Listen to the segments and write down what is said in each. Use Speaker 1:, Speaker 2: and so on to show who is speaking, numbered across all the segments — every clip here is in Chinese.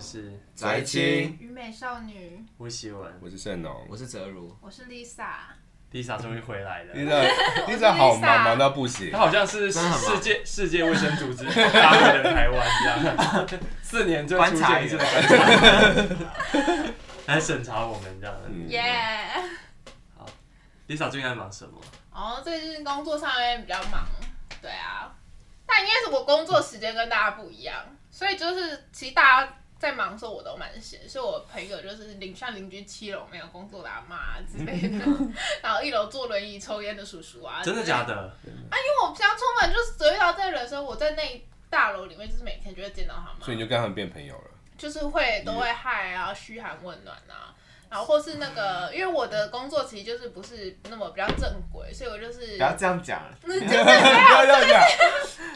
Speaker 1: 是
Speaker 2: 宅青，
Speaker 3: 虞美少女，
Speaker 1: 吴喜文
Speaker 2: 我是盛农。
Speaker 4: 我是泽如，
Speaker 3: 我是 Lisa，
Speaker 1: ，Lisa 终于回来了。
Speaker 2: Lisa Lisa 好忙，忙到不 行
Speaker 1: 她。好像是
Speaker 4: 真的很忙
Speaker 1: 世界世界卫生组织打回了台湾一样，四年就出现一次的观察员来审查我们这样。
Speaker 2: 嗯
Speaker 3: 耶、
Speaker 1: Lisa 最近在忙什么？
Speaker 3: 哦，最近工作上面比较忙，对啊，但应该是我工作时间跟大家不一样，所以就是其实大家在忙的时候我都蛮闲，所以我朋友就是邻像邻居七楼没有工作的阿妈啊之类 的，然后一楼坐轮椅抽烟的叔叔啊，
Speaker 1: 真的假？的？
Speaker 3: 因为我平常出门就是只遇到这些人，所以我在那一大楼里面就是每天就会见到他们啊，
Speaker 2: 所以你就跟他们变朋 友了。
Speaker 3: 就是会都会嗨啊，嘘寒问暖啊，然后或是那个，因为我的工作其实就是不是那么比较正轨，所以我就是
Speaker 4: 不要这样讲，
Speaker 2: 不
Speaker 3: 嗯就是
Speaker 2: 要这样讲，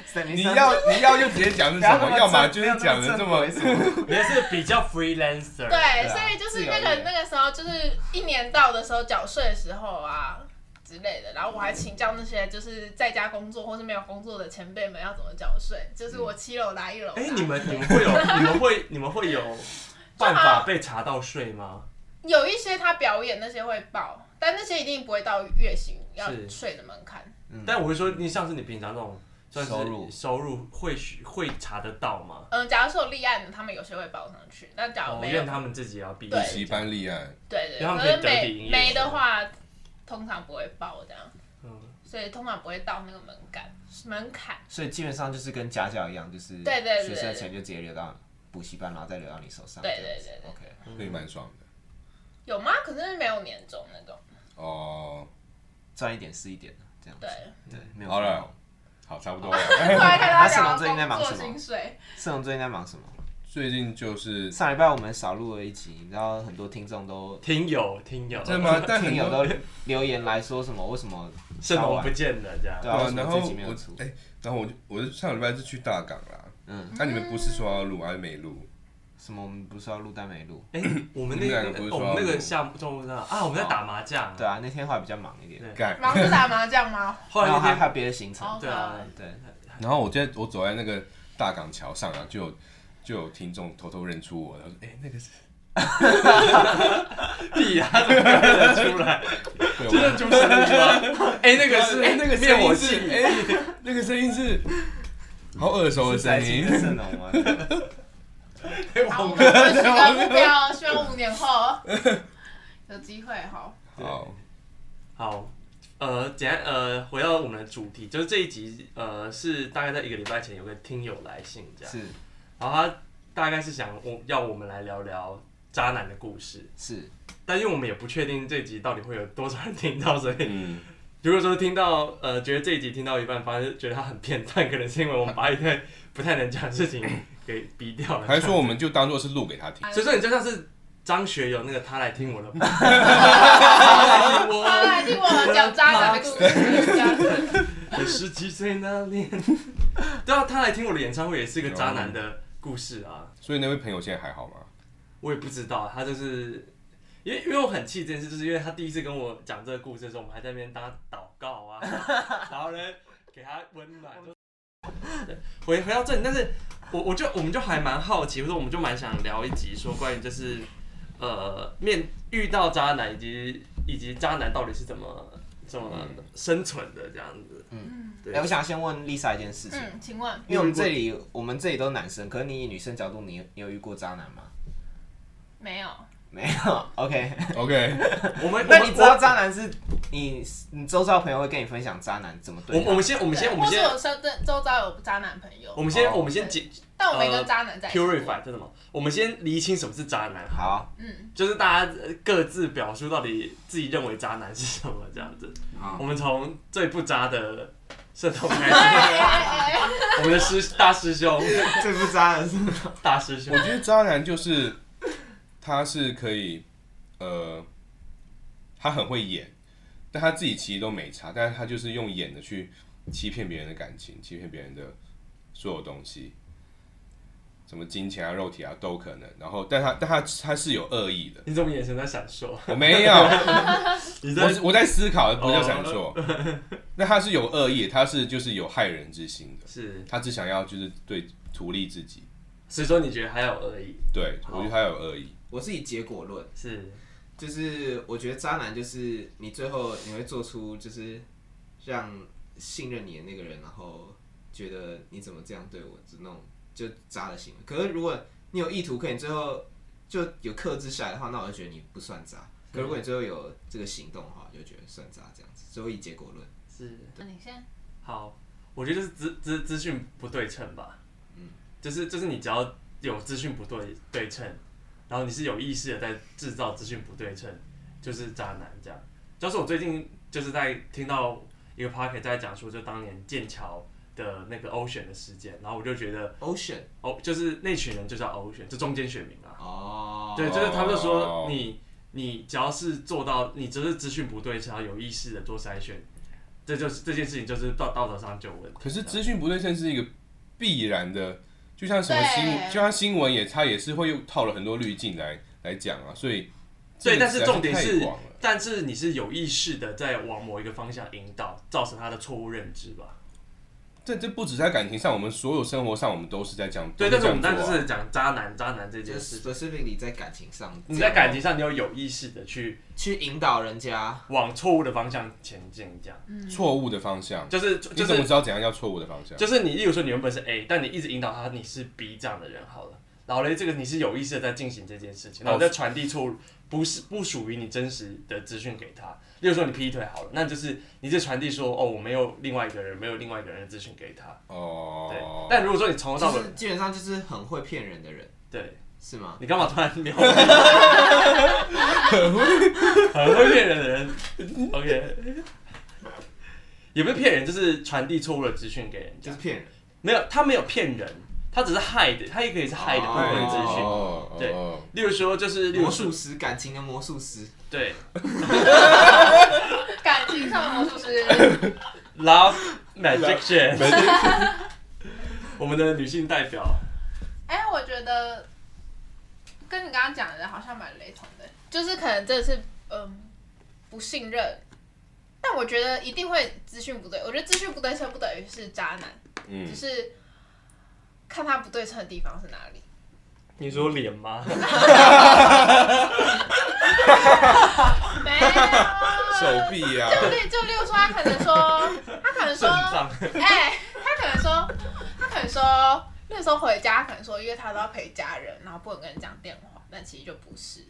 Speaker 4: 沈
Speaker 2: 你
Speaker 4: 明山
Speaker 2: 要你要就直接讲是
Speaker 4: 不
Speaker 2: 什
Speaker 4: 要那
Speaker 2: 么，
Speaker 4: 么
Speaker 2: 要么
Speaker 4: 正
Speaker 2: 就是讲的这
Speaker 4: 不要那。正
Speaker 2: 么
Speaker 4: 规什 么
Speaker 1: 你是比较 freelancer，
Speaker 3: 对，
Speaker 4: 对啊
Speaker 3: 所以就
Speaker 4: 自
Speaker 3: 是那
Speaker 4: 由
Speaker 3: 个
Speaker 4: 业
Speaker 3: 那个时候，就是一年到的时候缴税的时候啊之类的，然后我还请教那些就是在家工作或是没有工作的前辈们要怎么缴税，就是我七楼拿一楼拿。啊
Speaker 1: 哎、你们你们会有你们会你们会有办法被查到税吗？
Speaker 3: 有一些他表演那些会报，但那些一定不会到月薪要
Speaker 1: 是
Speaker 3: 税的门槛。
Speaker 1: 但我会说，你像是你平常那种算是
Speaker 4: 收入
Speaker 1: 收入会会查得到吗？
Speaker 3: 嗯，假如是有立案的，他们有些会报上去，但假如
Speaker 1: 我
Speaker 3: 没有，
Speaker 1: 愿他们自己要毕
Speaker 3: 对
Speaker 2: 补习
Speaker 1: 业。
Speaker 2: 班立案，
Speaker 3: 对对，
Speaker 1: 让他
Speaker 3: 可
Speaker 1: 们
Speaker 3: 是
Speaker 1: 可以得体营
Speaker 3: 没
Speaker 1: 业
Speaker 3: 没
Speaker 1: 是
Speaker 3: 的
Speaker 1: 吧
Speaker 3: 话，通常不会报这样，
Speaker 1: 嗯，
Speaker 3: 所以通常不会到那个门槛门槛。
Speaker 4: 所以基本上就是跟家教一样，就是
Speaker 3: 对对对
Speaker 4: 学生的钱就直接流到补习班，然后再流到你手上。
Speaker 3: 对对
Speaker 4: 这样子
Speaker 3: 对对
Speaker 4: OK，
Speaker 1: 嗯
Speaker 2: 所以蛮爽的。
Speaker 3: 有吗？可是没有年终那种。
Speaker 2: 哦，
Speaker 4: 赚一点是一点的，这样子
Speaker 3: 对，
Speaker 4: 对，没有
Speaker 2: 好了
Speaker 4: 分红。
Speaker 2: 好，差不
Speaker 4: 哦
Speaker 2: 多了。
Speaker 3: 突然看到
Speaker 4: 那盛
Speaker 3: 聊
Speaker 4: 龙最近在
Speaker 3: 到
Speaker 4: 忙
Speaker 3: 工
Speaker 4: 什
Speaker 3: 作
Speaker 4: 么
Speaker 3: 薪水，
Speaker 4: 盛龙最近在忙什么？
Speaker 2: 最近就 是
Speaker 4: 上礼拜我们少录了一集，你知道很多听众都
Speaker 1: 听友听友，
Speaker 2: 真的吗？但
Speaker 4: 听
Speaker 2: 很
Speaker 4: 友
Speaker 2: 多
Speaker 4: 都留言来说什么为什么
Speaker 1: 是
Speaker 4: 稍
Speaker 1: 我
Speaker 4: 晚
Speaker 1: 不见了这样。
Speaker 4: 对
Speaker 2: 对
Speaker 4: 啊，为
Speaker 2: 啊
Speaker 4: 什，
Speaker 2: 然
Speaker 4: 么
Speaker 2: 后
Speaker 4: 这集没有
Speaker 2: 我
Speaker 4: 出？
Speaker 2: 哎，然后我就我就上礼拜是去大港啦。
Speaker 4: 嗯，
Speaker 2: 那你们不是说要录，还是没录？
Speaker 4: 什么我们不是要录但没录？
Speaker 1: 哎、我们
Speaker 2: 你
Speaker 1: 那
Speaker 2: 们两个
Speaker 1: 个哦
Speaker 2: 不是
Speaker 1: 我
Speaker 2: 说
Speaker 1: 们那
Speaker 2: 要
Speaker 1: 个
Speaker 2: 录
Speaker 1: 项目中午上啊，我们在打麻将。
Speaker 4: 对啊，那天后来比较忙一点，
Speaker 1: 对
Speaker 2: 干。
Speaker 3: 忙着打麻将吗？
Speaker 1: 后来
Speaker 4: 然后
Speaker 1: 那
Speaker 4: 还还
Speaker 1: 天
Speaker 4: 有别的行程
Speaker 3: 哦。
Speaker 1: 对啊，
Speaker 4: 对，
Speaker 2: 然后我今天我走在那个大港桥上啊，就有就有听众偷偷认出我，他说：“哎、那个是
Speaker 1: 屁啊， 怎么认得出来？
Speaker 2: 对，
Speaker 1: 真的出
Speaker 2: 我
Speaker 1: 声音吗？哎、那个是
Speaker 2: 哎那个
Speaker 1: 灭火
Speaker 2: 声音是
Speaker 1: 器，
Speaker 2: 哎、那个声音是好耳熟的
Speaker 4: 是在
Speaker 2: 声
Speaker 4: 一
Speaker 2: 音
Speaker 4: 起。的盛龙吗？
Speaker 1: 哎
Speaker 3: 好，我们许个目标，希望五年后哦 有机会哈。”
Speaker 2: 好，
Speaker 1: 好，呃，简单呃，回到我们的主题，就是这一集呃是大概在一个礼拜前有个听友来信这样，
Speaker 4: 是
Speaker 1: 然后他大概是想我要我们来聊聊渣男的故事，
Speaker 4: 是，
Speaker 1: 但因为我们也不确定这集到底会有多少人听到，所以
Speaker 2: 嗯，
Speaker 1: 如果说听到呃觉得这一集听到一半，发现觉得它很片段，可能是因为我们把一些不太能讲的事情给逼掉了，
Speaker 2: 还是说我们就当做是录给他听？
Speaker 1: 所以说你就像是张学友那个他来听我的，他来听我
Speaker 3: 好来听我讲渣男的故事，这样子
Speaker 1: 你 十七岁那年，对啊，他来听我的演唱会也是一个渣男的故事啊，
Speaker 2: 所以那位朋友现在还好吗？
Speaker 1: 我也不知道，他就是因为因为我很气这件事，就是因为他第一次跟我讲这个故事的时候，我们还在那边当他祷 告啊，然后呢给他温暖。就对回回到这里，但是我我就我们就还蛮好奇，或者我们就蛮想聊一集说关于就是呃面遇到渣男以及以及渣男到底是怎么怎么生存的这样子，对
Speaker 4: 哎，我想先问 Lisa 一件事情，
Speaker 3: 嗯，请问
Speaker 4: 因为我们这里我们这里都是男生，可是你以女生角度，你有你有遇过渣男吗？
Speaker 3: 没有？
Speaker 4: 没有，OK。
Speaker 2: OK，
Speaker 1: 我 们
Speaker 4: 那你知
Speaker 1: 我
Speaker 4: 道
Speaker 1: 们
Speaker 4: 渣男是你你周遭的朋友会跟你分享渣男怎么
Speaker 1: 我
Speaker 4: 对
Speaker 1: 我
Speaker 4: 他？
Speaker 1: 们先我们先我
Speaker 3: 对
Speaker 1: 们
Speaker 3: 或是
Speaker 1: 先
Speaker 3: 我身周遭有渣男朋友
Speaker 1: 我，们先
Speaker 4: 哦
Speaker 1: 我们先解
Speaker 3: 但我没跟
Speaker 1: 呃
Speaker 3: 渣男在一起过。
Speaker 1: purify 真的吗？我们先厘清什么是渣 男，
Speaker 4: 好，
Speaker 3: 嗯，
Speaker 1: 就是大家呃各自表述到底自己认为渣男是什么这样子。
Speaker 4: 好
Speaker 1: 我们从最不渣的圣童开
Speaker 3: 哎
Speaker 1: 始，
Speaker 3: 哎哎哎
Speaker 1: 我们的师大师兄
Speaker 4: 最不渣男是
Speaker 1: 大师兄
Speaker 2: 我，觉得渣男就是他是可以，呃，他很会演，但他自己其实都没差，但是他就是用演的去欺骗别人的感情，欺骗别人的所有东西，什么金钱啊、肉体啊都可能。然后，但他但他他是有恶意的，
Speaker 1: 你怎么眼神在闪烁？
Speaker 2: 我没有，
Speaker 1: 你
Speaker 2: 我
Speaker 1: 在哦
Speaker 2: 是我在思考，不叫闪烁。 那他是有恶意，他是就是有害人之心的，
Speaker 1: 是
Speaker 2: 他只想要就是对图利自己。
Speaker 1: 所以说你觉得还有而已，
Speaker 2: 对，我觉得他有恶意。
Speaker 5: 我自己结果论
Speaker 1: 是
Speaker 5: 就是，我觉得渣男就是你最后你会做出就是让信任你的那个人，然后觉得你怎么这样对我，就那种就渣的行为。可是如果你有意图，可你最后就有克制下来的话，那我就觉得你不算渣。可如果你最后有这个行动的话，我就觉得算渣这样子。所以结果论，
Speaker 1: 是
Speaker 3: 那你先，
Speaker 1: 好，我觉得就是资资资讯不对称吧，就是就是你只要有资讯不对对称，然后你是有意识的在制造资讯不对称，就是渣男这样。就是我最近就是在听到一个 p o c k e t 在讲说，就当年剑桥的那个 Ocean 的事件，然后我就觉得
Speaker 5: Ocean
Speaker 1: 哦，就是那群人就叫 Ocean，就中间选民啊。
Speaker 5: 哦，
Speaker 1: 对，就是他们就
Speaker 2: 哦
Speaker 1: 说你你只要是做到，你只是资讯不对称，然后有意识的做筛选，这就是这件事情就是道道德上就有问题。
Speaker 2: 可是资讯不对称是一个必然的，就像什么新闻，
Speaker 3: 对
Speaker 2: 就像新闻也，它也是会用套了很多滤镜来来讲啊，所以
Speaker 1: 对，
Speaker 2: 这个
Speaker 1: 但是
Speaker 2: 实在
Speaker 1: 重点
Speaker 2: 太
Speaker 1: 是
Speaker 2: 广了，
Speaker 1: 但是你是有意识的在往某一个方向引导，造成他的错误认知吧？
Speaker 2: 这这不只在感情上，我们所有生活上我们都是在讲，
Speaker 1: 对，
Speaker 2: 都
Speaker 1: 但是我们
Speaker 2: 这
Speaker 1: 当
Speaker 2: 样
Speaker 1: 然
Speaker 2: 做啊
Speaker 1: 就是讲渣男，渣男这
Speaker 5: 就
Speaker 1: 件
Speaker 5: 是
Speaker 1: 事。
Speaker 5: specifically 在感情上，
Speaker 1: 你在
Speaker 2: 啊
Speaker 1: 感情上，你有有意识的去
Speaker 5: 去引导人家，
Speaker 1: 往错误的方向前进，这样
Speaker 2: 啊错误的方向，
Speaker 1: 就是
Speaker 2: 你
Speaker 1: 就
Speaker 2: 怎
Speaker 1: 是
Speaker 2: 么知道怎样叫错误的方向？
Speaker 1: 就是你，例如说你原本是 A，但你一直引导他你是 B 这样的人好了，然后嘞，这个你是有意识的在进行这件事情，然后再传递错误，不是不属于你真实的资讯给他。例如说你劈腿好了，那就是你在传递说哦，我没有另外一个人，没有另外一个人的资讯给他。对，
Speaker 2: 哦，
Speaker 1: 但如果说你从头到
Speaker 5: 就
Speaker 1: 尾
Speaker 5: 是，基本上就是很会骗人的人，
Speaker 1: 对
Speaker 5: 是吗？
Speaker 1: 你干嘛突然瞄我？很会骗人的人，OK，也不是骗人，就是传递错误的资讯给人家
Speaker 5: 就是。骗人。
Speaker 1: 没有，他没有骗人，他只是害的，他也可以是害的部分资讯。
Speaker 2: 哦
Speaker 1: 对
Speaker 2: 哦
Speaker 1: 例如说，就是例如
Speaker 5: 魔
Speaker 1: 说
Speaker 5: 术，师，感情的魔术师，
Speaker 1: 对，
Speaker 3: 感情上的魔术师，
Speaker 1: love magician，我 们的女性代表，
Speaker 3: 哎、我觉得跟你刚刚讲的好像蛮雷同的，就是可能真的是嗯不信任，但我觉得一定会资讯不对，我觉得资讯不对称不等于是渣男，
Speaker 2: 嗯
Speaker 3: 只，是看他不对称的地方是哪里。
Speaker 1: 你说脸吗？
Speaker 3: 没有，
Speaker 2: 手臂啊呀，
Speaker 3: 就例就例如说，他可能说，他可能
Speaker 1: 肾
Speaker 3: 说，
Speaker 1: 脏，
Speaker 3: 哎、他可能说，他可能说，那时候回家可能说，因为他都要陪家人，然后不能跟人讲电话，但其实就不是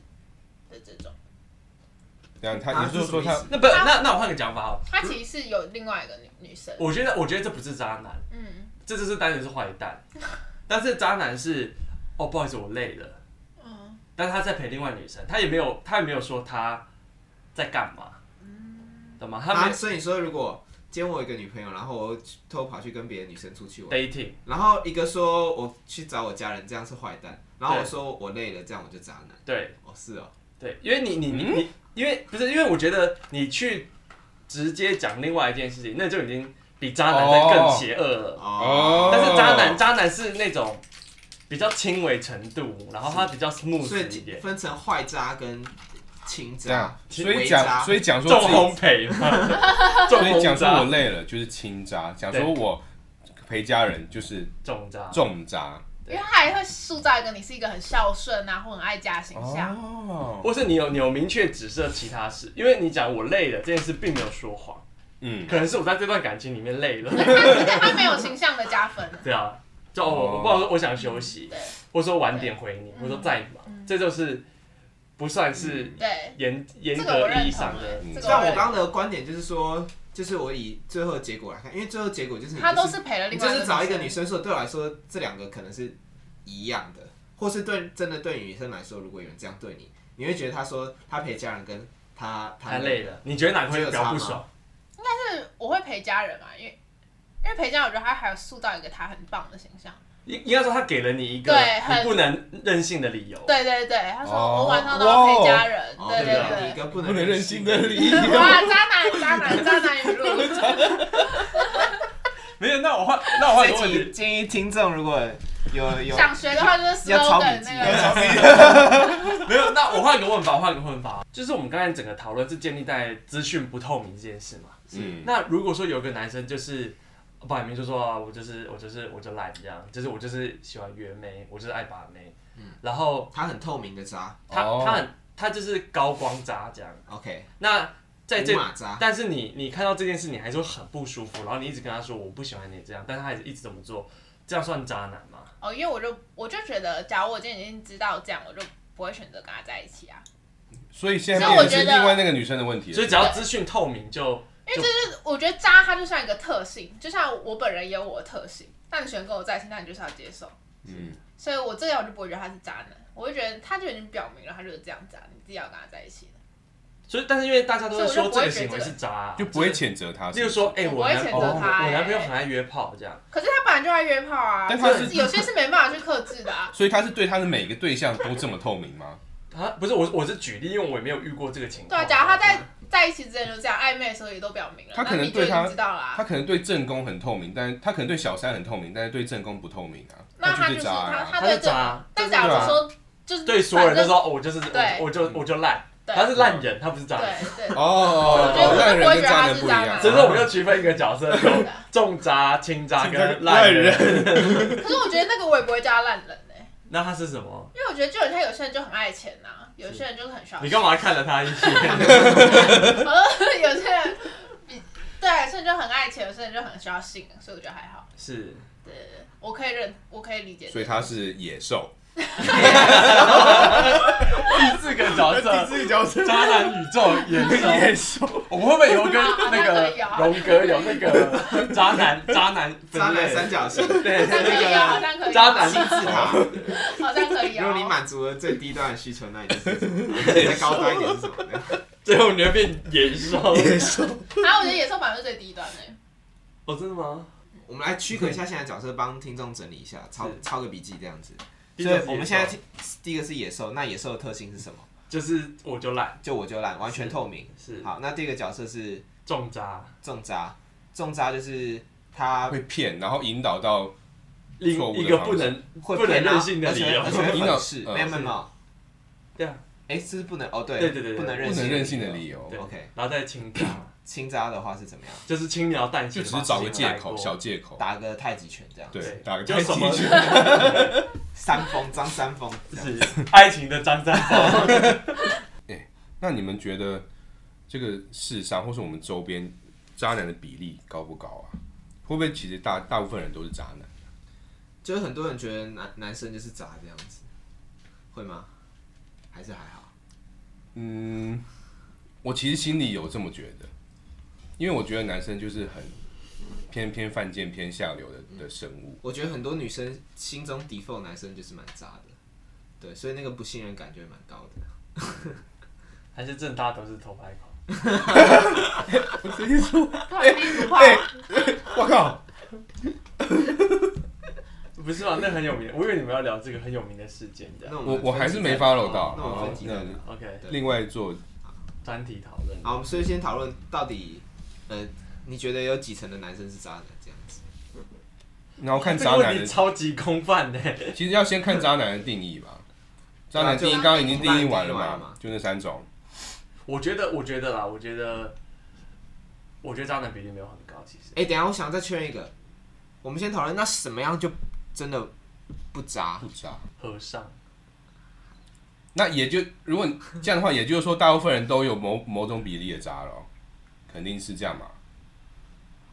Speaker 3: 的这种，
Speaker 2: 这样他
Speaker 5: 啊
Speaker 2: 你就是说
Speaker 5: 这
Speaker 2: 他
Speaker 5: 是什么意思
Speaker 1: 那不那那我换个讲法好了，
Speaker 3: 他其实是有另外一个女女生，
Speaker 1: 我觉得我觉得这不是渣男，
Speaker 3: 嗯
Speaker 1: 这就是单纯是坏 蛋，但是渣男是哦不好意思我累了，
Speaker 3: 嗯，
Speaker 1: 但是他在陪另外女生，他也没有他也没有说他在干嘛，懂吗？嗯他
Speaker 5: 啊，
Speaker 1: 没
Speaker 5: 所以你说如果今天我有一个女朋友，然后我偷跑去跟别的女生出去玩，
Speaker 1: dating，
Speaker 5: 然后一个说我去找我家人，这样是坏蛋，然后我
Speaker 1: 对
Speaker 5: 说我累了，这样我就渣男。
Speaker 1: 对。
Speaker 5: 哦，是哦，
Speaker 1: 对，因为你你你
Speaker 2: 嗯
Speaker 1: 你，因为不是因为我觉得你去直接讲另外一件事情，那就已经比渣男在更邪恶了。
Speaker 2: 哦
Speaker 1: 但是渣男渣男是那种比较轻微程度，然后他比较
Speaker 5: 所
Speaker 1: smooth 一
Speaker 5: 以
Speaker 1: 点，
Speaker 5: 分成坏渣跟轻
Speaker 2: 这样
Speaker 1: 啊
Speaker 5: 渣，，
Speaker 2: 所以
Speaker 5: 伪
Speaker 2: 讲
Speaker 5: 渣
Speaker 2: 所以讲说
Speaker 1: 重
Speaker 2: 自己
Speaker 1: 烘焙 嘛，重
Speaker 2: 所以
Speaker 1: 烘
Speaker 2: 讲说
Speaker 1: 渣，
Speaker 2: 我累了就是轻渣，讲说
Speaker 1: 对
Speaker 2: 我陪家人就是
Speaker 1: 重渣。
Speaker 2: 重渣。
Speaker 3: 因为他还会塑造一个你是一个很孝顺啊，或很爱家的形象，
Speaker 2: 哦，
Speaker 1: 或是你有你有明确指涉其他事，因为你讲我累了这件事并没有说谎，
Speaker 2: 嗯，
Speaker 1: 可能是我在这段感情里面累了，
Speaker 3: 但但他没有形象的加分，
Speaker 1: 对啊，就我我不知道说我想休息，
Speaker 2: 哦
Speaker 3: 对
Speaker 1: 或者说晚点回你，
Speaker 3: 嗯
Speaker 1: 或者说再忙，这就是不算是
Speaker 3: 对，
Speaker 1: 严严
Speaker 3: 嗯这个
Speaker 1: 格
Speaker 3: 我认同啊欸
Speaker 1: 意义上的。
Speaker 2: 嗯
Speaker 3: 这个
Speaker 5: 像
Speaker 3: 我
Speaker 5: 我
Speaker 3: 认
Speaker 5: 刚
Speaker 3: 同，
Speaker 5: 刚的观点就是说，就是我以最后的结果来看，因为最后结果就是你
Speaker 3: 他
Speaker 5: 就
Speaker 3: 都
Speaker 5: 是
Speaker 3: 是陪了
Speaker 5: 你
Speaker 3: 另
Speaker 5: 就
Speaker 3: 外
Speaker 5: 是找一个女生
Speaker 3: 生，
Speaker 5: 说，对我来说这两个可能是一样的，或是对真的对女生来说，如果有人这样对你，你会觉得她说她陪家人跟她
Speaker 1: 太累了，你觉得哪块比较不爽？
Speaker 3: 但是我会陪家人嘛，因为因为陪家人，我觉得他还有塑造一个他很棒的形象。
Speaker 1: 应应该说他给了你一个
Speaker 3: 对
Speaker 1: 你
Speaker 3: 很
Speaker 1: 不能任性的理由。
Speaker 3: 对对对，他说
Speaker 2: 哦
Speaker 3: 我晚上都要陪家人，
Speaker 5: 哦，
Speaker 3: 对
Speaker 1: 对
Speaker 5: 一
Speaker 3: 对
Speaker 5: 个不
Speaker 2: 不
Speaker 5: 能
Speaker 2: 能任性的理
Speaker 3: 对。
Speaker 2: 由。
Speaker 3: 哇，渣男渣男渣男语录，
Speaker 1: 没有，那我换 那我换个问
Speaker 5: 这集
Speaker 1: 题，
Speaker 5: 建议听众如果有有
Speaker 3: 想学的话就是
Speaker 5: 要抄笔
Speaker 3: slogan
Speaker 5: 记，
Speaker 3: 那 个
Speaker 5: 要抄笔记。
Speaker 1: 没有，那我换个问法，我换个问法，就是我们刚才整个讨论是建立在资讯不透明这件事嘛。
Speaker 2: 嗯，
Speaker 1: 那如果说有一个男生就是摆明就说啊，我就是我就是我就懒这样，就是我就是喜欢约妹，我就是爱把妹。然后
Speaker 5: 他很透明的渣
Speaker 1: 他、
Speaker 2: 哦
Speaker 1: 他很他就是高光渣这样。
Speaker 5: ，OK，
Speaker 1: 那在这
Speaker 5: 五马渣，
Speaker 1: 但是你你看到这件事，你还是会很不舒服，然后你一直跟他说我不喜欢你这样，但是他还是一直这么做，这样算渣男吗？
Speaker 3: 哦，因为我就我就觉得，假如我今天已经知道这样，我就不会选择跟他在一起啊。
Speaker 2: 所以现在
Speaker 3: 所
Speaker 2: 变
Speaker 3: 以我
Speaker 2: 成是
Speaker 3: 觉得
Speaker 2: 另外那个女生的问题了。
Speaker 1: 所以只要资讯透明就
Speaker 3: 因为这是我觉得渣，它就像一个特性，就像我本人也有我的特性。那你选跟我在一起，那你就是要接受。
Speaker 2: 嗯，
Speaker 3: 所以我这样我就不会觉得他是渣男，我就觉得他就已经表明了他就是这样子啊，你自己要跟他在一起的。
Speaker 1: 所以但是因为大家都会
Speaker 3: 所以
Speaker 1: 说
Speaker 3: 我就
Speaker 1: 这
Speaker 3: 不会
Speaker 1: 个
Speaker 3: 觉得
Speaker 1: 行为是渣、啊，
Speaker 2: 就不会谴责他。
Speaker 1: 例如说，哎、
Speaker 3: 我不
Speaker 1: 我
Speaker 3: 会
Speaker 1: 男
Speaker 3: 谴
Speaker 1: 哦
Speaker 3: 责他
Speaker 1: 我男
Speaker 3: 哎
Speaker 1: 朋友很爱约炮这样，
Speaker 3: 可是他本来就爱约炮啊，
Speaker 2: 但他
Speaker 3: 就是有些是没办法去克制的啊。
Speaker 2: 所以他是对他的每个对象都这么透明吗？
Speaker 1: 啊，不是我我是举例，因为我也没有遇过这个情况。
Speaker 3: 对啊，假如他在在一起之前就这样暧昧的时候也都表明了，
Speaker 2: 他可能
Speaker 3: 那你就已
Speaker 2: 对他
Speaker 3: 经知道了啊、
Speaker 2: 他可能对正宫很透明，但是他可能对小三很透明，但是对正宫不透明啊。
Speaker 3: 那他
Speaker 2: 就是渣
Speaker 3: 他，
Speaker 2: 啊。
Speaker 3: 他
Speaker 1: 他
Speaker 3: 对
Speaker 1: 是
Speaker 3: 这个，
Speaker 1: 渣，
Speaker 3: 但假如说就是
Speaker 1: 对所有人都
Speaker 3: 反正
Speaker 1: 说，哦我就是
Speaker 3: 对
Speaker 1: 我我就我就烂，
Speaker 3: 对
Speaker 1: 他是烂人，他不是渣男。
Speaker 3: 对
Speaker 2: 哦
Speaker 3: 对，
Speaker 2: 哦，
Speaker 3: 我
Speaker 2: 哦
Speaker 3: 觉得
Speaker 2: 烂人
Speaker 3: 我
Speaker 2: 跟
Speaker 3: 觉得
Speaker 2: 渣
Speaker 3: 他
Speaker 2: 男
Speaker 3: 是
Speaker 2: 不一
Speaker 3: 渣
Speaker 2: 样啊
Speaker 3: 男。
Speaker 1: 只是我们要区分一个角色， 有重渣、轻渣跟烂
Speaker 2: 人。
Speaker 3: 可是我觉得那个我也不会叫他烂人哎、
Speaker 1: 那他是什么？
Speaker 3: 因为我觉得就有像有些人就很爱钱呐、有些人就是很需要
Speaker 1: 你
Speaker 3: 钱，
Speaker 1: 干嘛看了他一眼？
Speaker 3: 呃 有些人比对，有些人就很爱钱，有些人就很需要性，所以我觉得还好。
Speaker 1: 是，
Speaker 3: 对对对，我可以认，我可以理解。
Speaker 2: 所以他是野兽，
Speaker 1: 第四个角色，
Speaker 2: 自己角色
Speaker 1: 渣男宇宙野兽。
Speaker 2: 兽，
Speaker 1: 我们会不会有跟那个
Speaker 3: 好像
Speaker 1: 荣格有那个渣男渣男
Speaker 5: 渣
Speaker 1: 分
Speaker 5: 男
Speaker 1: 类？
Speaker 5: 三角形，
Speaker 1: 对
Speaker 3: 好像可以哦，好
Speaker 1: 那
Speaker 3: 像可
Speaker 1: 个
Speaker 3: 以哦，
Speaker 1: 渣男
Speaker 5: 金字塔。
Speaker 3: 好像可以
Speaker 5: 如果你
Speaker 3: 哦。
Speaker 5: 满足了最低端的需求，那你就是什么 再高端一点是什么呢？
Speaker 1: 最后你会变野兽。
Speaker 2: 兽，
Speaker 3: 啊，我觉得野兽版是最低端的。
Speaker 1: 哦，真的吗？
Speaker 5: 我们来区隔一下现在角色，帮听众整理一下，抄
Speaker 1: 是
Speaker 5: 抄个笔记这样子。
Speaker 1: 第一
Speaker 5: 所
Speaker 1: 个
Speaker 5: 以
Speaker 1: 是
Speaker 5: 我们
Speaker 1: 野
Speaker 5: 现在
Speaker 1: 兽
Speaker 5: 听第一个是野兽，那野兽的特性是什么？
Speaker 1: 就是我就烂，
Speaker 5: 就我就烂，完全透明。
Speaker 1: 是
Speaker 5: 好，那第一个角色是
Speaker 1: 重渣，
Speaker 5: 重渣，重渣就是他
Speaker 2: 会骗，然后引导到
Speaker 1: 另
Speaker 2: 错误的
Speaker 1: 一个
Speaker 2: 方
Speaker 1: 不
Speaker 2: 式
Speaker 1: 能
Speaker 5: 会
Speaker 1: 不能
Speaker 5: 骗啊
Speaker 1: 任性的理由
Speaker 5: 而且 而且会
Speaker 2: 引导
Speaker 5: 粉饰，
Speaker 2: 呃
Speaker 5: 没有没有没有，
Speaker 1: 对啊，
Speaker 5: 哎，这是不能哦，对
Speaker 1: 对对对对
Speaker 5: 不能
Speaker 2: 不
Speaker 5: 任
Speaker 2: 能
Speaker 5: 性
Speaker 2: 任性的
Speaker 5: 理
Speaker 2: 理
Speaker 5: 由。
Speaker 2: 由
Speaker 1: 对，
Speaker 5: OK，
Speaker 1: 然后再轻渣，
Speaker 5: 轻渣的话是怎么样？
Speaker 1: 就是轻描淡写
Speaker 2: 就
Speaker 1: 地
Speaker 2: 只
Speaker 1: 把
Speaker 2: 是
Speaker 1: 事情带过，
Speaker 2: 找个借口，小借口，
Speaker 5: 打个太极拳这样，
Speaker 2: 对
Speaker 1: 对，
Speaker 2: 打个
Speaker 1: 就
Speaker 2: 太
Speaker 1: 什
Speaker 2: 极
Speaker 1: 么
Speaker 2: 拳，
Speaker 5: 三峰张三丰这样
Speaker 1: 是爱情的张三丰，
Speaker 2: 那你们觉得这个世上或是我们周边渣男的比例高不高啊？会不会其实大大部分人都是渣男？
Speaker 5: 就是很多人觉得男男生就是渣这样子，会吗？还是还好？
Speaker 2: 嗯，我其实心里有这么觉得，因为我觉得男生就是很偏偏犯贱、偏下流
Speaker 5: 嗯
Speaker 2: 的的生物。
Speaker 5: 我觉得很多女生心中 default 男生就是蛮渣的，对，所以那个不信任感就会蛮高的。
Speaker 1: 还是正大都是偷拍狂？
Speaker 3: 肯定不怕，
Speaker 2: 我靠，
Speaker 1: 不是吧？那很有名，我以为你们要聊这个很有名的事件这样。
Speaker 5: 那
Speaker 2: 我
Speaker 5: 们
Speaker 2: 我还是没 follow 到。
Speaker 5: 那我们分级再聊。
Speaker 1: OK，
Speaker 5: 对
Speaker 2: 另外做
Speaker 1: 专题讨论。
Speaker 5: 好，我们所以先讨论到底，呃，你觉得有几成的男生是渣男这样子？
Speaker 2: 然后看
Speaker 1: 这个
Speaker 2: 渣男
Speaker 1: 问题
Speaker 2: 的，
Speaker 1: 超级空泛的，
Speaker 2: 其实要先看渣男的定义吧。渣男定义
Speaker 5: 啊就
Speaker 2: 刚刚已经定义完了
Speaker 5: 定义完了
Speaker 2: 嘛
Speaker 5: 嘛，
Speaker 2: 就那三种。
Speaker 1: 我觉得，我觉得啦，我觉得，我觉得渣男比例没有很高，其实
Speaker 5: 哎、等一下我想再确认一个，我们先讨论那什么样就真的不渣？
Speaker 2: 不渣。
Speaker 1: 和尚
Speaker 2: 那也就如果你这样的话，也就是说大部分人都有某某种比例的渣了，肯定是这样嘛。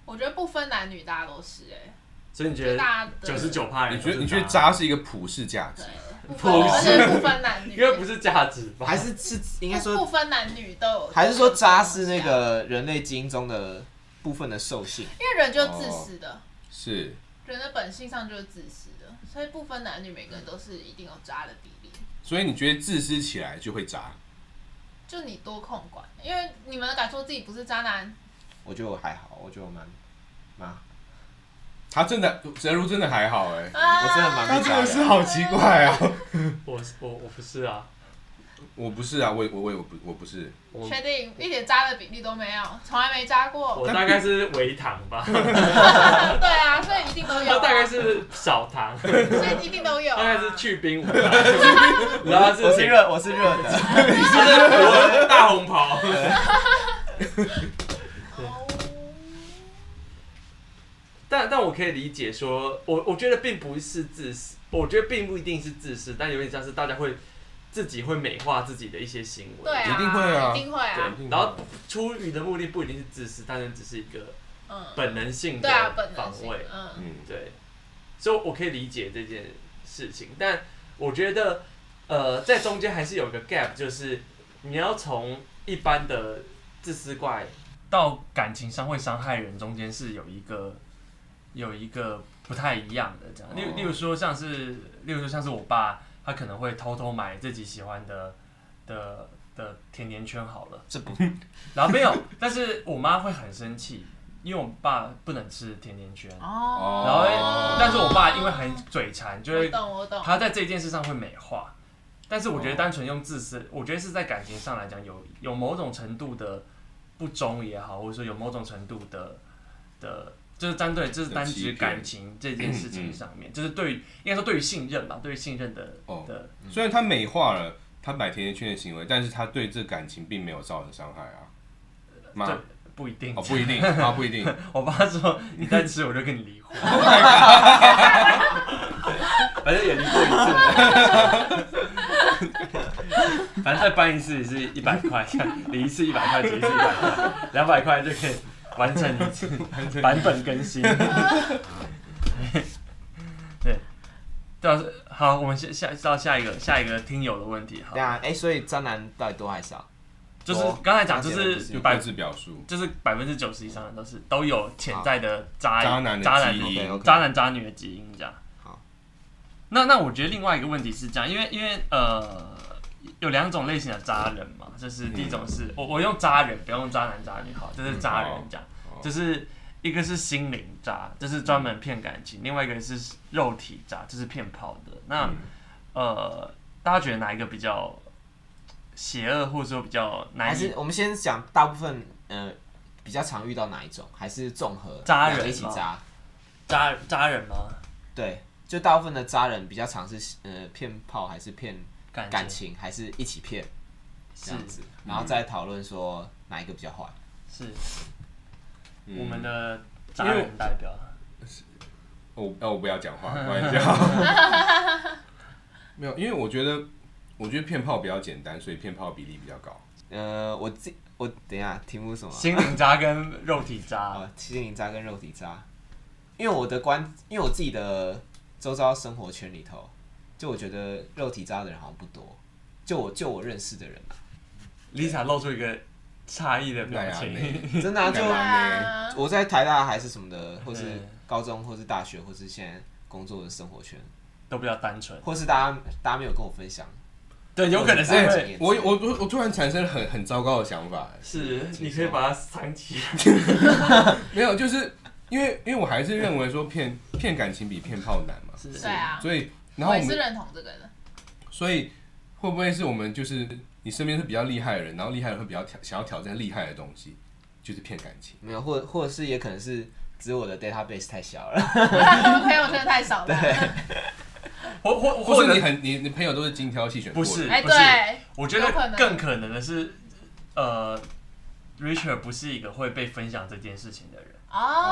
Speaker 3: 我觉得不分男女，大家都是哎，
Speaker 1: 所以你觉
Speaker 3: 就
Speaker 1: 得
Speaker 3: 大家的
Speaker 1: 九十九趴人
Speaker 2: 你觉得
Speaker 1: 都
Speaker 2: 你
Speaker 1: 是
Speaker 2: 觉得渣是一个普世价值
Speaker 3: 对，，不分
Speaker 1: 不是
Speaker 3: 而且不分男女，
Speaker 1: 应该不是价值吧？
Speaker 5: 还是是应该
Speaker 3: 不
Speaker 5: 说，
Speaker 3: 分男女都有，
Speaker 5: 还是说渣是那，个人类基因中的部分的兽性？
Speaker 3: 因为人就是自私
Speaker 5: 哦
Speaker 3: 的，
Speaker 2: 是
Speaker 3: 人的本性上就是自私的，所以不分男女，每个人都是一定有渣的比例。
Speaker 2: 所以你觉得自私起来就会渣？
Speaker 3: 就你多控管，因为你们敢说自己不是渣男，
Speaker 5: 我觉得我还好，我觉得我蛮蛮，
Speaker 2: 他真的哲如真的还好哎、
Speaker 3: 啊
Speaker 5: 我真的蛮
Speaker 2: 他
Speaker 5: 不
Speaker 2: 真
Speaker 5: 渣
Speaker 2: 的是好奇怪啊！
Speaker 1: 我是我我不是啊，
Speaker 2: 我不是啊，我我我我不我不是，
Speaker 1: 我
Speaker 3: 确定一点渣的比例都没有，从来没渣过。
Speaker 5: 哦
Speaker 1: 我大概是微糖吧，
Speaker 3: 对啊，所以一定都 有啊、
Speaker 1: 大概是少 糖，
Speaker 3: 所以一定都有、
Speaker 1: 大
Speaker 3: 啊。
Speaker 1: 概是去冰无糖，然后是
Speaker 5: 我是热，我是热的，
Speaker 1: 你是不是我是大红袍？
Speaker 3: 哦
Speaker 1: 但可以理解说，我我觉得并不是自私，我觉得并不一定是自私，但有点像是大家会自己会美化自己的一些行为。
Speaker 3: 对啊，
Speaker 2: 一定会啊
Speaker 3: 一定会啊，
Speaker 1: 对，然后出于的目的不一定是自私，但是只是一个
Speaker 3: 嗯，
Speaker 1: 本能性
Speaker 3: 对
Speaker 1: 的
Speaker 3: 啊，本能
Speaker 1: 防
Speaker 3: 性
Speaker 1: 卫。，
Speaker 3: 嗯，
Speaker 2: 嗯，
Speaker 1: 对，所以我可以理解这件事情，但我觉得，呃，在中间还是有个 gap，就是你要从一般的自私怪到感情上会伤害人，中间是有一个有一个不太一样的这样。例如
Speaker 2: 哦
Speaker 1: 例如说像是，例如说像是我爸，他可能会偷偷买自己喜欢的的的甜甜圈好了，
Speaker 5: 这不
Speaker 1: 然后没有，但是我妈会很生气，因为我爸不能吃甜甜 圈。
Speaker 3: 哦
Speaker 1: 嗯然后会
Speaker 2: 哦，
Speaker 1: 但是我爸因为很嘴馋，就
Speaker 3: 我
Speaker 1: 会
Speaker 3: 懂我哦懂，
Speaker 1: 他在这件事上会美化。但是我觉得单纯用自私，我觉得是在感情上来讲有有某种程度的不忠也好，或者说有某种程度的的，就是单对，就是单
Speaker 2: 欺
Speaker 1: 指
Speaker 2: 骗
Speaker 1: 感情这件事情上
Speaker 3: 嗯
Speaker 1: 面，就是对于应该说对于信任吧，对于信任的
Speaker 2: 哦
Speaker 1: 的，
Speaker 2: 虽然他美化了他买甜甜圈的行为，但是他对这感情并没有造成伤害啊。妈，
Speaker 1: 对不一定
Speaker 2: 哦，。不 一定啊，不一定。
Speaker 1: 我爸说你再吃我就跟你离婚， 反正也离过一次， 反正再搬一次也是一百块， 离一次一百块，结一次一百块，两百块就可以完成一次版本更新。 对，到好，我们下下到下一个下一个听友的问题，好
Speaker 5: 对，啊，哎，所以渣男到底多还少？
Speaker 1: 就是刚才讲就
Speaker 5: 了解了解
Speaker 1: 是
Speaker 2: 有
Speaker 1: 百
Speaker 2: 各自表述，
Speaker 1: 就是百分之九十以上的都是都有潜在的渣
Speaker 2: 渣男的
Speaker 1: 渣男
Speaker 2: 基因
Speaker 1: 的
Speaker 5: OK，OK
Speaker 1: 渣男渣女的基因这样。
Speaker 5: 好，
Speaker 1: 那那我觉得另外一个问题是这样，因为因为呃有两种类型的渣人嘛，就是第一种是、我我用渣人，不用渣男渣女好，就是渣人这样，
Speaker 2: 好
Speaker 1: 就是一个是心灵渣，就是专门骗感情；，另外一个是肉体渣，就是骗炮的。那、
Speaker 2: 嗯
Speaker 1: 呃，大家觉得哪一个比较邪恶，或者说比较难
Speaker 5: 还
Speaker 1: 以
Speaker 5: 是我们先讲大部分呃比较常遇到哪一种，还是综合
Speaker 1: 渣
Speaker 5: 两个
Speaker 1: 人哦
Speaker 5: 一起
Speaker 1: 吗
Speaker 5: 渣？
Speaker 1: 渣渣人吗？
Speaker 5: 对，就大部分的渣人比较常是呃骗炮，还是骗
Speaker 1: 感
Speaker 5: 感情，还是一起骗这样子，然后再讨论说哪一个比较坏。
Speaker 1: 是
Speaker 2: 嗯
Speaker 1: 我们的渣人代表。
Speaker 2: 我哦那我不要讲 话，开玩笑。 没有，因为我觉得，我觉得骗炮比较简单，所以骗炮比例比较高。
Speaker 5: 呃，我自我等一下题目是什么啊？
Speaker 1: 心灵渣跟肉体渣，
Speaker 5: 哦，心灵渣跟肉体渣，因为我的观，因为我自己的周遭生活圈里头，就我觉得肉体渣的人好像不多，就我就我认识的人啊，
Speaker 1: ，Lisa 露出一个诧异的表情。
Speaker 2: 那
Speaker 5: 真的、啊、
Speaker 2: 对
Speaker 5: 就
Speaker 3: 对
Speaker 2: 啊
Speaker 3: 啊，
Speaker 5: 我在台大还是什么的，或是
Speaker 1: 嗯
Speaker 5: 高中，或是大学，或是现在工作的生活圈，
Speaker 1: 都比较单纯，
Speaker 5: 或是大家大家没有跟我分享，
Speaker 1: 对，有可能是因
Speaker 5: 哎
Speaker 1: 为
Speaker 2: 我我我我突然产生了很很糟糕的想法，哎
Speaker 1: 是，你可以把它藏起来。
Speaker 2: 没有，就是因为因为我还是认为说骗骗感情比骗炮难嘛，
Speaker 1: 是
Speaker 3: 对啊，
Speaker 2: 所以然后
Speaker 3: 我
Speaker 2: 我
Speaker 3: 也是
Speaker 2: 们
Speaker 3: 认同这个的，
Speaker 2: 所以会不会是我们就是你身边是比较厉害的人，然后厉害的人会比较挑想要挑战厉害的东西，就是骗感情。
Speaker 5: 没有，或或者是也可能是只有我的 database 太小了，
Speaker 3: 朋友真的太少了，
Speaker 1: 或或
Speaker 2: 或
Speaker 1: 或
Speaker 2: 者
Speaker 1: 者
Speaker 2: 你很你你朋友都是精挑细选过
Speaker 1: 不
Speaker 2: 的，
Speaker 1: 是，
Speaker 3: 哎，
Speaker 1: 不是，
Speaker 3: 对，
Speaker 1: 我觉
Speaker 3: 有可
Speaker 1: 得
Speaker 3: 能
Speaker 1: 更可能的是，呃，Richard 不是一个会被分享这件事情的人。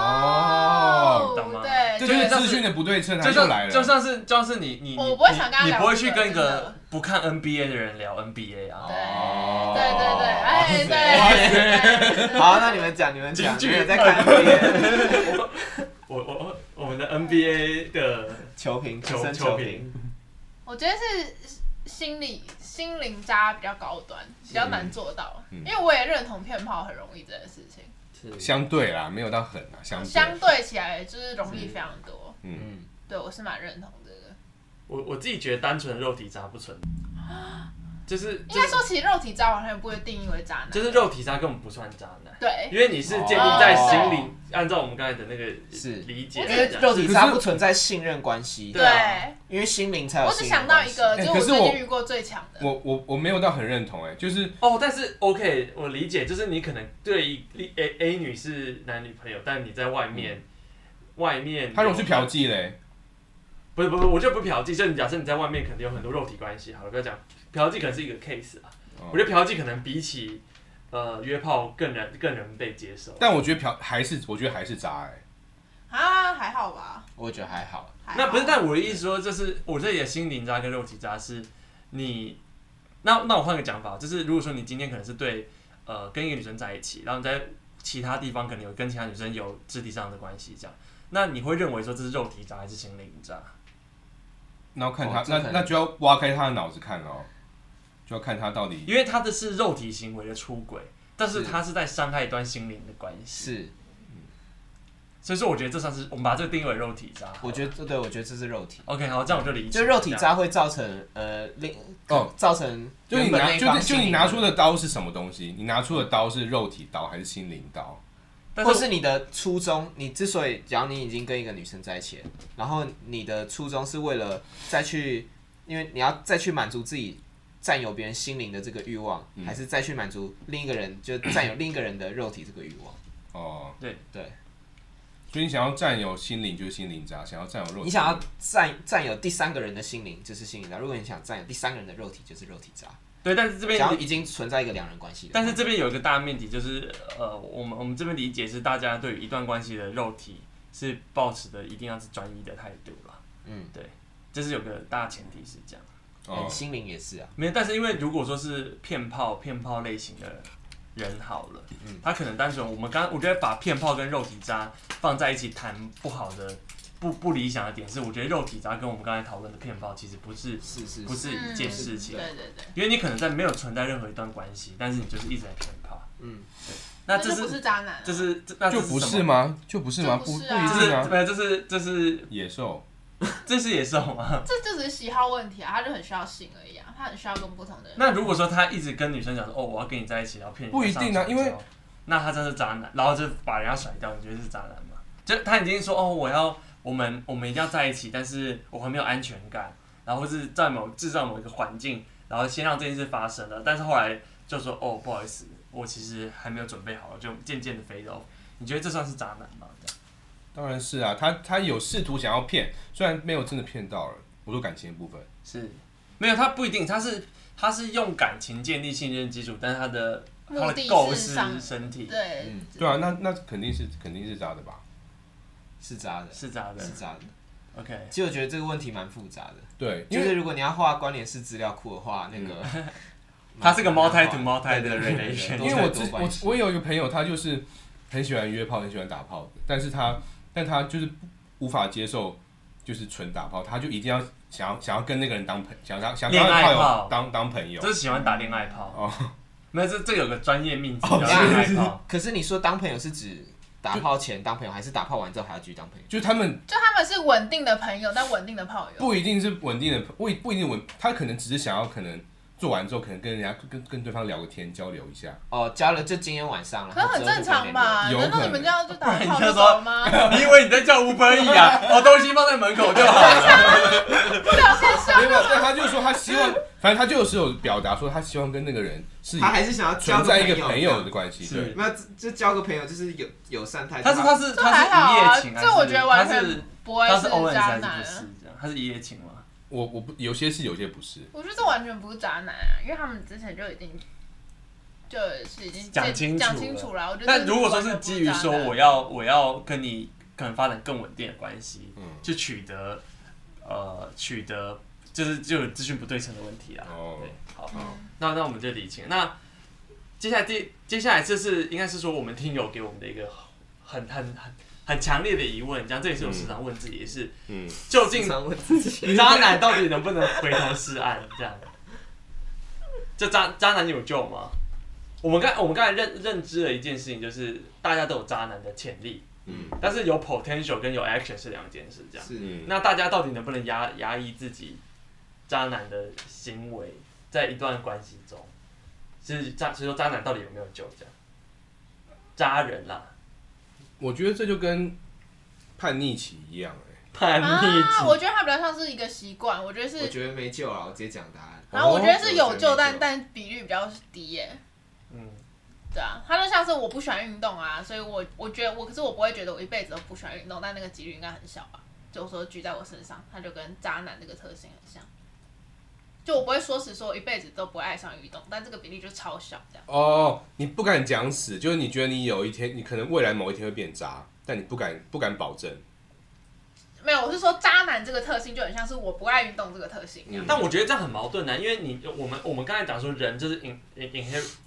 Speaker 3: 哦，
Speaker 1: 懂吗
Speaker 3: 对，
Speaker 2: 就
Speaker 1: 就是像
Speaker 2: 资讯的不对称，他
Speaker 1: 就
Speaker 2: 又
Speaker 1: 像
Speaker 2: 来了。
Speaker 1: 就像是就像是你你你
Speaker 3: 我不会想跟他
Speaker 1: 你
Speaker 3: 聊
Speaker 1: 不会
Speaker 3: 这
Speaker 1: 去
Speaker 3: 个
Speaker 1: 跟一
Speaker 3: 真的
Speaker 1: 个不看 NBA 的人聊 NBA 啊
Speaker 3: 对，。
Speaker 2: 哦
Speaker 3: 对对对，哎，对
Speaker 5: 哇
Speaker 3: 对对，对
Speaker 5: 好，那你们讲，你们讲，
Speaker 1: 京
Speaker 5: 你
Speaker 1: 剧
Speaker 5: 们有在 看 NBA
Speaker 1: 我我我我们的 NBA 的
Speaker 5: 球评，
Speaker 1: 球
Speaker 5: 生
Speaker 1: 球
Speaker 5: 球
Speaker 1: 评
Speaker 5: 评。
Speaker 3: 我觉得是心理心灵渣比较高端，比较难做到，
Speaker 2: 嗯
Speaker 3: 因为我也认同骗炮很容易这件事情，
Speaker 2: 相对啦，没有到狠啊，相对
Speaker 3: 相对起来就是容易非常多，
Speaker 2: 嗯，
Speaker 5: 嗯，
Speaker 3: 对我是蛮认同这个。
Speaker 1: 我我自己觉得单纯的肉体渣不存在，就是
Speaker 3: 啊应该说，其实肉体渣好像也不会定义为渣男，
Speaker 1: 就是肉体渣根本不算渣男，
Speaker 3: 对，
Speaker 1: 因为你是建立在心
Speaker 5: 哦
Speaker 1: 理，按照我们刚才的那个
Speaker 5: 是
Speaker 1: 理解
Speaker 3: 我
Speaker 1: 来
Speaker 5: 因
Speaker 1: 讲，
Speaker 5: 为肉体
Speaker 2: 可
Speaker 5: 渣
Speaker 2: 是
Speaker 5: 不存在信任关系，
Speaker 1: 对啊
Speaker 5: 因为心灵才有
Speaker 3: 我只
Speaker 5: 信
Speaker 3: 想
Speaker 5: 任
Speaker 3: 到
Speaker 5: 关
Speaker 3: 一
Speaker 5: 系。
Speaker 3: 个，
Speaker 2: 哎
Speaker 3: 就是
Speaker 2: 可
Speaker 3: 我
Speaker 2: 是
Speaker 3: 最
Speaker 2: 我
Speaker 3: 近遇过最强的，
Speaker 2: 我我我没有到很认同哎、就是
Speaker 1: 哦，但是 OK，我理解，就是你可能对一 A A 女是男女朋友，但你在外面，外面
Speaker 2: 嗯他如果去嫖，妓嘞，
Speaker 1: 不是不是，我就不嫖妓，就你假设你在外面可能有很多肉体关系，好了，不要讲嫖妓，可能是一个 case 啊，
Speaker 2: 哦
Speaker 1: 我觉得嫖妓可能比起呃约炮更能更能被接受。
Speaker 2: 但我觉得嫖还是我觉得还是渣哎、
Speaker 3: 啊，还好吧。
Speaker 5: 我觉得还好。
Speaker 3: 还好
Speaker 1: 那不是，但我的意思说，就是我这里的心灵渣跟肉体渣是你，那那我换个讲法，就是如果说你今天可能是对呃跟一个女生在一起，然后你在其他地方可能有跟其他女生有肢体上的关系，这样，那你会认为说这是肉体渣还是心灵渣？
Speaker 2: 然后看
Speaker 5: 哦
Speaker 2: 他，
Speaker 5: 这
Speaker 2: 那
Speaker 5: 可能
Speaker 2: 那就要挖开他的脑子看哦，就要看他到底
Speaker 1: 因为他的是肉体行为的出轨，但是
Speaker 5: 是
Speaker 1: 他是在伤害一段心灵的关系，
Speaker 5: 是，
Speaker 1: 所以说我觉得这算是我们把这个定义为肉体渣。
Speaker 5: 我觉得这对，我觉得这是肉体，
Speaker 1: OK，好，这样我就理解。
Speaker 5: 就肉体
Speaker 1: 这样，
Speaker 5: 渣会造成呃另
Speaker 2: 哦
Speaker 5: 哦造成
Speaker 2: 就你
Speaker 5: 原本那
Speaker 2: 拿
Speaker 5: 一
Speaker 2: 就
Speaker 5: 方
Speaker 2: 是就
Speaker 5: 心
Speaker 2: 你
Speaker 5: 里
Speaker 2: 拿出的刀是什么东西？你拿出的刀是肉体刀还是心灵刀？
Speaker 1: 但
Speaker 5: 或
Speaker 1: 是
Speaker 5: 是你的初衷，你之所以，假如你已经跟一个女生在一起了，然后你的初衷是为了再去，因为你要再去满足自己占有别人心灵的这个欲望，还是再去满足另一个人就占有另一个人的肉体这个欲望？
Speaker 2: 哦，
Speaker 5: 对
Speaker 2: 所以你想要占有心灵就是心灵渣，想要占有肉体，
Speaker 5: 你想要占占有第三个人的心灵，就是心灵渣；如果你想占有第三个人的肉体，就是肉体渣。
Speaker 1: 对，但是这边
Speaker 5: 假如已经存在一个两人关系了，
Speaker 1: 但是这边有一个大命题，就是呃，我们我们这边理解是大家对于一段关系的肉体是保持的一定要是专一的态度啦。
Speaker 5: 嗯，
Speaker 1: 对，这是有个大前提是这样。
Speaker 2: 哦
Speaker 5: 嗯，心灵也是啊，
Speaker 1: 没有，但是因为如果说是骗炮骗炮类型的人好了，他可能单纯我们刚我觉得把骗炮跟肉体渣放在一起谈不好的不不理想的点是，我觉得肉体渣跟我们刚才讨论的骗炮其实不是
Speaker 5: 是是
Speaker 1: 不是一件事情，
Speaker 3: 嗯对对对，
Speaker 1: 因为你可能在没有存在任何一段关系，但是你就是一直在骗炮。
Speaker 5: 嗯，
Speaker 1: 对，那这
Speaker 3: 就不
Speaker 1: 是
Speaker 3: 是渣男啊，
Speaker 1: 这是这那这
Speaker 2: 就不
Speaker 1: 什
Speaker 2: 是
Speaker 1: 么？
Speaker 2: 吗？就不是吗？
Speaker 3: 就
Speaker 2: 不
Speaker 3: 不
Speaker 2: 不
Speaker 3: 是
Speaker 2: 一
Speaker 3: 啊
Speaker 2: 定
Speaker 1: 这是
Speaker 2: 啊。
Speaker 1: 没有，这是这是
Speaker 2: 野兽，
Speaker 1: 这是野兽吗？
Speaker 3: 这就只是喜好问题啊，他就很需要性而已啊，他很需要跟不同的人。
Speaker 1: 那如果说他一直跟女生讲说哦，我要跟你在一起，然后骗你
Speaker 2: 不一
Speaker 1: 上床
Speaker 2: 定啊因为
Speaker 1: 之后那他真的是渣男，然后就把人家甩掉，你觉得是渣男吗？就他已经说哦，我要我们我们一定要在一起，但是我还没有安全感，然后或是在某制造某一个环境，然后先让这件事发生了，但是后来就说哦，不好意思，我其实还没有准备好，就渐渐的 fade off。你觉得这算是渣男吗？这样
Speaker 2: 当然是啊，他他有试图想要骗，虽然没有真的骗到了。我说感情的部分，
Speaker 1: 是没有，他不一定，他是他是用感情建立信任基础，但是他的他
Speaker 3: 目
Speaker 1: 的
Speaker 3: 的
Speaker 1: 构
Speaker 3: 是
Speaker 1: 思
Speaker 3: 上
Speaker 1: 身体
Speaker 3: 对
Speaker 5: 嗯
Speaker 2: 对啊，那那肯定是肯定是渣的吧？
Speaker 5: 是渣的，
Speaker 1: 是渣的
Speaker 5: 是。渣的。
Speaker 1: OK，
Speaker 5: 其实我觉得这个问题蛮复杂的。
Speaker 2: 对，因
Speaker 5: 就
Speaker 2: 为
Speaker 5: 是如果你要画关联式资料库的话，那个
Speaker 1: 嗯它是个 multi to
Speaker 5: 对
Speaker 1: multi 的
Speaker 5: 对对对
Speaker 1: relation
Speaker 5: 对
Speaker 2: 因为我
Speaker 5: 多
Speaker 2: 之
Speaker 5: 才多
Speaker 2: 我
Speaker 5: 关系
Speaker 2: 我有一个朋友，他就是很喜欢约炮，很喜欢打炮的，但是他但他就是无法接受就是纯打炮，他就一定要想要想要跟那个人当朋，想要想要跟
Speaker 1: 恋
Speaker 2: 他
Speaker 1: 爱
Speaker 2: 的炮
Speaker 1: 炮
Speaker 2: 友当当朋友
Speaker 1: 就。是喜欢打恋爱炮。
Speaker 2: 哦，
Speaker 1: 没有，这这有个专业名词叫
Speaker 2: 哦
Speaker 1: 恋爱炮。
Speaker 5: 可是你说当朋友是指打炮前当朋友，还是打炮完之后还要继续当朋友？
Speaker 2: 就他们
Speaker 3: 就他们是稳定的朋友，但稳定的炮友。
Speaker 2: 不一定是稳定的，不一不一定稳，他可能只是想要可能做完之后，可能跟人家跟跟对方聊个天，交流一下。
Speaker 5: 哦，交了就今天晚上了，
Speaker 3: 可是很正常吧？
Speaker 2: 有可能
Speaker 3: 难道你们这样就打炮
Speaker 1: 不然你就
Speaker 3: 就
Speaker 1: 说
Speaker 3: 走 吗？
Speaker 1: 你以为你在叫吴本义 啊？哦，东西放在门口就好了。
Speaker 2: 没
Speaker 3: 啊
Speaker 2: 有，没有但他就说他希望，反正他就有时候有表达说他希望跟那个人是
Speaker 4: 他还是想要交
Speaker 2: 存在一
Speaker 4: 个
Speaker 2: 个朋友的关系，
Speaker 1: 是
Speaker 2: 对，
Speaker 4: 那就交个朋友，就是友友善态度。
Speaker 1: 他是他是
Speaker 3: 这
Speaker 1: 他
Speaker 3: 还好啊，
Speaker 1: 是一夜情还是？
Speaker 3: 这我觉得完
Speaker 1: 他
Speaker 3: 全
Speaker 1: 是
Speaker 3: 不会
Speaker 1: 他是 O N
Speaker 3: 是渣
Speaker 1: 还是
Speaker 3: 男
Speaker 1: 不
Speaker 3: 啊
Speaker 1: 是。这样？他是一夜情吗？
Speaker 2: 我我不有些是，有些不是。
Speaker 3: 我觉得这完全不是渣男啊，因为他们之前就已经就是已经
Speaker 1: 讲清楚
Speaker 3: 讲清楚了。我觉得
Speaker 1: 但
Speaker 3: 这
Speaker 1: 如果说
Speaker 3: 完全
Speaker 1: 是
Speaker 3: 不
Speaker 1: 基于
Speaker 3: 渣
Speaker 1: 说
Speaker 3: 男
Speaker 1: 我要我要跟你可能发展更稳定的关系，
Speaker 2: 嗯
Speaker 1: 去取得呃取得就是就有资讯不对称的问题啊。
Speaker 2: 哦
Speaker 1: 对，好，那那我们就理清。那接下来第接下来这是应该是说我们听友给我们的一个很很很很强烈的疑问，这样这也是我时常问自己，也是
Speaker 2: 嗯，
Speaker 1: 究
Speaker 5: 经
Speaker 1: 竟
Speaker 5: 常问 自己。
Speaker 1: 渣男到底能不能回头是岸？这样，这渣渣男有救吗？我们刚我们刚才认认知了一件事情，就是大家都有渣男的潜力，
Speaker 2: 嗯，
Speaker 1: 但是有 potential 跟有 action 是两件事，这样。
Speaker 4: 是
Speaker 2: 嗯，
Speaker 1: 那大家到底能不能压压抑自己渣男的行为，在一段关系中，是渣，所以说渣男到底有没有救？这样，渣人啦、
Speaker 2: 我觉得这就跟叛逆期一样、欸，
Speaker 1: 叛逆
Speaker 3: 啊，我
Speaker 1: 期，
Speaker 3: 觉得他比较像是一个习惯，我觉得
Speaker 4: 我
Speaker 3: 是，
Speaker 4: 觉得没
Speaker 5: 啊
Speaker 4: 救了，我直接讲答案。
Speaker 3: 然后我觉得
Speaker 1: 哦
Speaker 3: 是有救，
Speaker 4: 我觉得没
Speaker 3: 但但比率比较低耶、
Speaker 1: 嗯，
Speaker 3: 对啊，他就像是我不喜欢运动啊，所以我我觉得我，可是我不会觉得我一辈子都不喜欢运动，但那个几率应该很小吧。就说举在我身上，他就跟渣男这个特性很像。就我不会说死说我一辈子都不会爱上运动，但这个比例就超小这样。
Speaker 2: 哦，你不敢讲死，就是你觉得你有一天，你可能未来某一天会变渣，但你不敢不敢保证。
Speaker 3: 没有，我是说渣男这个特性就很像是我不爱运动这个特性
Speaker 5: 嗯
Speaker 3: 一样。
Speaker 1: 但我觉得这样很矛盾呢、因为你我们我们刚才讲说人就是 in in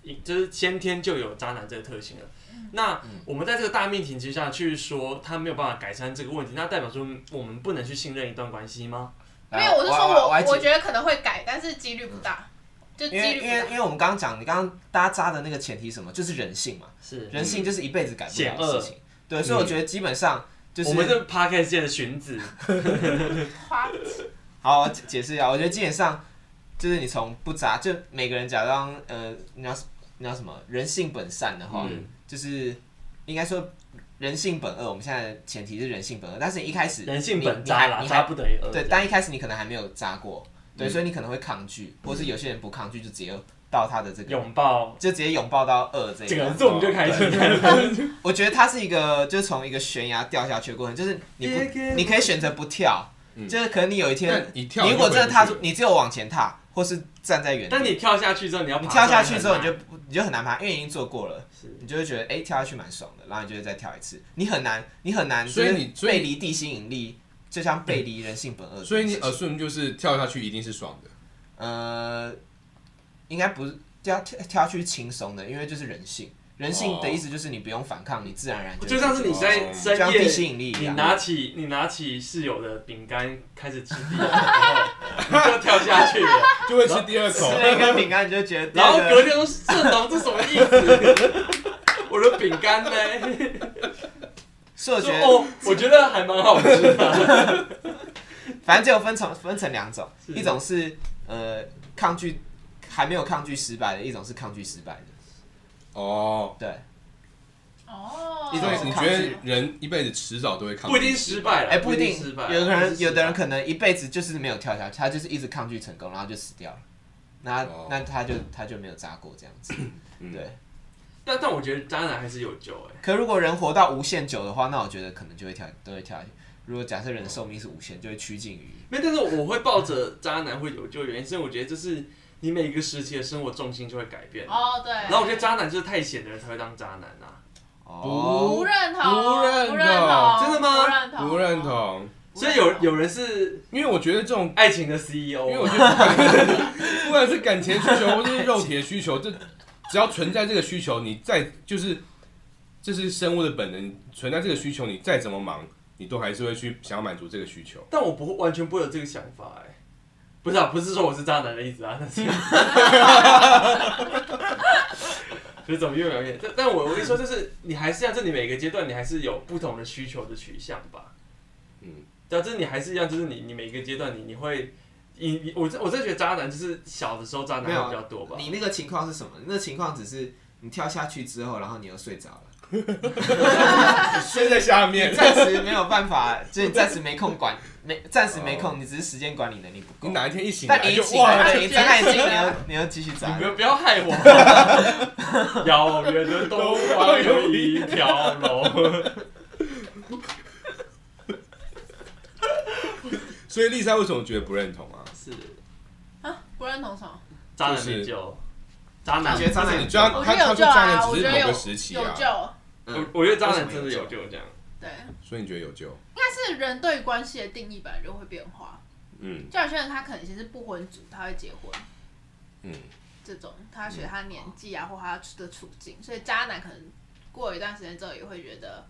Speaker 1: in 就是先天就有渣男这个特性了。
Speaker 3: 嗯
Speaker 1: 那
Speaker 5: 嗯
Speaker 1: 我们在这个大命题之下去说他没有办法改善这个问题，那代表说我们不能去信任一段关系吗？
Speaker 2: 啊
Speaker 3: 没有，我是说
Speaker 5: 我
Speaker 3: 我
Speaker 5: 还
Speaker 3: 我觉得可能会改，但是几率不大，就几
Speaker 5: 因为
Speaker 3: 率
Speaker 5: 因
Speaker 3: 不
Speaker 5: 为因
Speaker 3: 大。
Speaker 5: 为我们刚刚讲，你刚刚大家扎的那个前提是什么，就是人性嘛，
Speaker 1: 是
Speaker 5: 人性就是一辈子改不了
Speaker 1: 嗯险恶
Speaker 5: 的事情。对，所以我觉得基本上就是
Speaker 1: 我们这 podcast 界的荀子，
Speaker 3: 花
Speaker 5: 好，我解解释一下，我觉得基本上就是你从不渣，就每个人假装呃，你要你要什么人性本善的话，
Speaker 1: 嗯
Speaker 5: 就是应该说人性本恶。我们现在的前提是人性本恶，但是你一开始
Speaker 1: 人性
Speaker 5: 你
Speaker 1: 本
Speaker 5: 你
Speaker 1: 渣
Speaker 5: 还
Speaker 1: 啦，
Speaker 5: 你
Speaker 1: 渣
Speaker 5: 还
Speaker 1: 不得已嗯恶。
Speaker 5: 对，但一开始你可能还没有渣过，对，所以你可能会抗拒，或是有些人不抗拒就直接到他的这个，
Speaker 1: 嗯拥抱
Speaker 5: 就直接拥抱到恶这一
Speaker 1: 这
Speaker 5: 个
Speaker 1: 个，这我们就开始看
Speaker 5: 我觉得它是一个，就是从一个悬崖掉下去的过程，就是你不，你可以选择不跳，就是可能你有一
Speaker 2: 嗯但
Speaker 5: 天，
Speaker 2: 你跳，
Speaker 5: 如果真的踏出，
Speaker 2: 你
Speaker 5: 你只有往前踏，或是站在原
Speaker 1: 但
Speaker 5: 地，
Speaker 1: 你跳下去之后，你要
Speaker 5: 你
Speaker 1: 你
Speaker 5: 跳下去之后，你就不你就很难爬，因为已经做过了
Speaker 1: 是，
Speaker 5: 你就会觉得哎、诶跳下去蛮爽的，然后你就会再跳一次，你很难，你很难，
Speaker 2: 所以你
Speaker 5: 就是
Speaker 2: 所以
Speaker 5: 背离地心引力，就像背离人性本恶这件事情，
Speaker 2: 所以你 assume 就是跳下去一定是爽 的。
Speaker 5: 呃，应该不是跳跳跳下去是轻松的，因为就是人性。人性的意思就是你不用反抗，你自然而然
Speaker 1: 就像是你在
Speaker 5: 就
Speaker 1: 深
Speaker 5: 像
Speaker 1: 夜
Speaker 5: 地心引力一
Speaker 1: 你
Speaker 5: 样。
Speaker 1: 拿起你拿起室友的饼干开始吃第一口，然 后你就跳下去了，
Speaker 2: 就会吃第二口
Speaker 5: 吃。了一根饼干，你就觉得
Speaker 1: 然后
Speaker 5: 这个
Speaker 1: 隔天说盛龙这什么意思？ 我的饼干呢？
Speaker 5: 所以我
Speaker 1: 说
Speaker 5: 觉得，
Speaker 1: 哦，我觉得还蛮好吃的。
Speaker 5: 反正就有分成分成两种，一种是呃抗拒还没有抗拒失败的，一种是抗拒失败的。
Speaker 2: 哦，
Speaker 5: 对，
Speaker 1: 啊
Speaker 3: 哦，
Speaker 5: 一
Speaker 2: 所
Speaker 5: 种
Speaker 2: 以
Speaker 5: 是
Speaker 2: 你觉得人一辈子迟早都 会抗拒，
Speaker 1: 不一定失败了，
Speaker 5: 哎、不一定，
Speaker 1: 失败了。
Speaker 5: 有的人有的人
Speaker 1: 能
Speaker 5: 可能一辈子就是没有跳下去，他就是一直抗拒成功，然后就死掉了。那、
Speaker 2: 哦
Speaker 5: 那他就他就没有扎过这样子，
Speaker 2: 嗯
Speaker 5: 对。
Speaker 1: 但但我觉得渣男还是有救哎。
Speaker 5: 可如果人活到无限久的话，那我觉得可能就会跳，都会跳下去。如果假设人的寿命是无限，就会趋近于
Speaker 1: 没有，但是我会抱着渣男会有救的原因，是因为我觉得就是你每一个时期的生活重心就会改变。
Speaker 3: 哦对。然
Speaker 1: 然后我觉得渣男就是太闲的人才会当渣男啊。
Speaker 5: 哦
Speaker 3: 不认同，
Speaker 2: 不认同
Speaker 3: 不认同，
Speaker 1: 真的吗
Speaker 3: 不认同，
Speaker 2: 不认。同，
Speaker 1: 所以
Speaker 3: 啊
Speaker 1: 有有人是
Speaker 2: 因为我觉得这种，
Speaker 1: 爱情的 E CEO，
Speaker 2: 因为我觉得不 管不管是感情需求或者是肉体的需求， 这只要存在这个需求，你再就是这是生物的本能，存在这个需求，你再怎么忙，你都还是会去想要满足这个需求。
Speaker 1: 但我不会完全不会有这个想法哎、不是啊，不是说我是渣男的意思啊，但 是，可是怎么越描越，但但我我跟你说，就是你还是要，这你每个阶段你还是有不同的需求的取向吧，
Speaker 2: 嗯
Speaker 1: 嗯，对啊，这你还是一样，就是你你每个阶段你你会，你你我真我真的觉得渣男就是小的时候渣男
Speaker 5: 没有
Speaker 1: 会比较多吧，
Speaker 5: 你
Speaker 4: 你那个情况是什么？那情况只是你跳下去之后，然后你又睡着了。
Speaker 2: 睡在下面，
Speaker 5: 暂时没有办法，就是暂时没空管，没暂时没空，你只是时间管理能力不
Speaker 2: 你
Speaker 5: 够。
Speaker 2: 哪一天一醒
Speaker 5: 但
Speaker 2: 来
Speaker 5: 你一
Speaker 2: 就
Speaker 5: 醒
Speaker 2: 哇，
Speaker 5: 来，对你睁开眼睛，你又你又继续砸
Speaker 1: 你。们不要害我， 遥远的东方有一条龙，
Speaker 2: 所以丽莎为什么觉得不认同啊？
Speaker 1: 是
Speaker 3: 啊，不认同什么？
Speaker 1: 渣男
Speaker 2: 就是
Speaker 1: 没救，渣男
Speaker 5: 你觉得渣男
Speaker 2: 你
Speaker 5: 有
Speaker 2: 知道
Speaker 3: 我
Speaker 2: 他他
Speaker 3: 觉得有
Speaker 2: 说
Speaker 3: 救
Speaker 2: 渣
Speaker 3: 啊，
Speaker 2: 男
Speaker 3: 我
Speaker 2: 只
Speaker 3: 觉
Speaker 2: 是
Speaker 3: 得有
Speaker 2: 某个时期
Speaker 3: 有
Speaker 2: 啊，
Speaker 3: 救，
Speaker 5: 嗯
Speaker 1: 我我觉得渣男
Speaker 4: 为什
Speaker 1: 真
Speaker 4: 么
Speaker 1: 的
Speaker 4: 有
Speaker 1: 有
Speaker 4: 救
Speaker 1: 救这样。
Speaker 3: 对，
Speaker 2: 所以你觉得有救？
Speaker 3: 应该是人对关系的定义本来就会变化。
Speaker 2: 嗯
Speaker 3: 就有些人他可能其实不婚族，他会结婚
Speaker 2: 嗯，
Speaker 3: 这种，他学他年纪啊，或他的处境，所以渣男可能过一段时间之后也会觉得，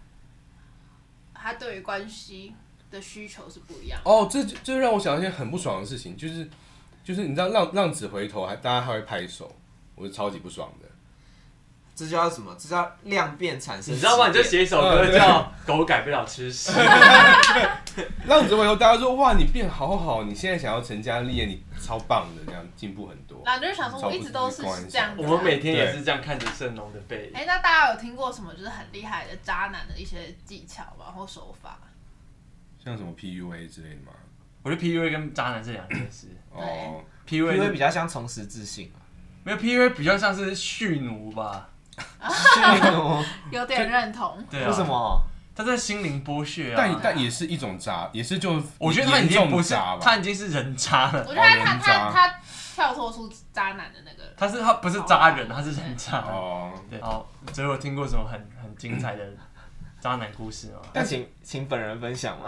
Speaker 3: 他对于关系的需求是不一样的。
Speaker 2: 哦，这就这就让我想到一件很不爽的事情，就是就是你知道浪浪子回头还大家还会拍手，我是超级不爽的。
Speaker 5: 这叫什么？这叫量变产生。
Speaker 1: 你知道吗？你就写一首歌
Speaker 2: 嗯
Speaker 1: 叫《狗改不了吃屎》，
Speaker 2: 浪子回头大家说哇你变好好，你现在想要成家立业，你超棒的，这样进步很多。
Speaker 3: 然后你就想说，我一直都是这样子、
Speaker 1: 我
Speaker 3: 啊。
Speaker 1: 们每天也是这样看着盛龙的背影。
Speaker 3: 哎、那大家有听过什么就是很厉害的渣男的一些技巧吧，或手法？
Speaker 2: 像什么 PUA 之类的吗？
Speaker 1: 我觉得 PUA 跟渣男是两件事
Speaker 2: 哦，
Speaker 1: ，PUA
Speaker 5: 因为比
Speaker 1: 是
Speaker 5: 较像重拾自信 啊。
Speaker 1: 没有 PUA 比较像是蓄奴吧？
Speaker 5: 是那种
Speaker 3: 有点认同，
Speaker 1: 对啊，
Speaker 5: 为什？么？
Speaker 1: 他在心灵剥削啊。
Speaker 2: 但但也是一种渣，也是就
Speaker 1: 我觉得他已
Speaker 2: 严
Speaker 1: 经不
Speaker 2: 重
Speaker 1: 是
Speaker 2: 渣，吧
Speaker 1: 他。已经是人渣了。
Speaker 3: 我觉得他
Speaker 2: 人
Speaker 3: 他
Speaker 2: 渣
Speaker 3: 他他跳脱出渣男的那个，
Speaker 1: 他是他不是渣人，他是人渣。
Speaker 2: 哦，
Speaker 1: 对，好，所以我听过什么很很精彩的渣男故事吗？
Speaker 5: 但请请本人分享嘛。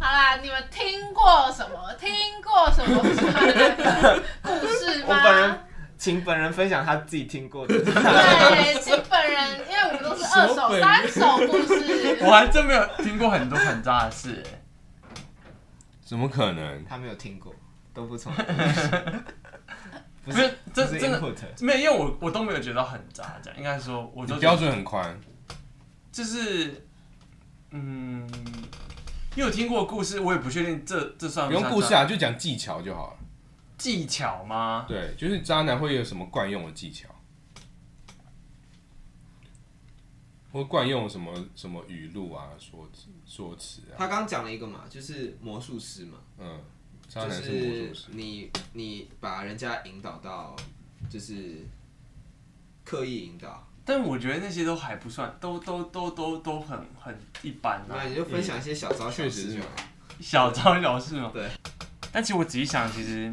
Speaker 3: 好啦，你们听过什么？听过什么渣男的故事吗？
Speaker 5: 我本人请本人分享他自己听过的。
Speaker 3: 对，请本人，因为我们都是
Speaker 1: 什
Speaker 3: 二
Speaker 1: 么
Speaker 3: 手、
Speaker 1: 本人
Speaker 3: 三手故事。
Speaker 1: 我还真没有听过很多很渣的事、欸。
Speaker 2: 怎么可能？
Speaker 5: 他没有听过，都不从。不
Speaker 1: 不是，这
Speaker 5: 不是
Speaker 1: 真的
Speaker 5: input，
Speaker 1: 没有，因为我我都没有觉得很渣，这样应该说，我
Speaker 2: 你
Speaker 1: 就
Speaker 2: 标准很宽，
Speaker 1: 就是，嗯，因为我听过故事，我也不确定这这算
Speaker 2: 不
Speaker 1: 不
Speaker 2: 用
Speaker 1: 算
Speaker 2: 故事
Speaker 1: 渣
Speaker 2: 啊，就讲技巧就好了。
Speaker 1: 技巧吗？
Speaker 2: 对，就是渣男会有什么惯用的技巧，或惯用什么什么语录啊、说辞说辞啊。
Speaker 4: 他刚刚讲了一个嘛，就是魔术师嘛，
Speaker 2: 嗯，渣
Speaker 4: 就
Speaker 2: 男是魔术
Speaker 4: 是
Speaker 2: 师，
Speaker 4: 你你把人家引导到，就是刻意引导，
Speaker 1: 但我觉得那些都还不算，都都都都都很很一般啊
Speaker 4: 那，你就分享一些小招小
Speaker 2: 确实
Speaker 4: 事
Speaker 2: 是
Speaker 4: 就好。
Speaker 1: 小招小事嘛。
Speaker 4: 对。
Speaker 1: 但其实我仔细想，其实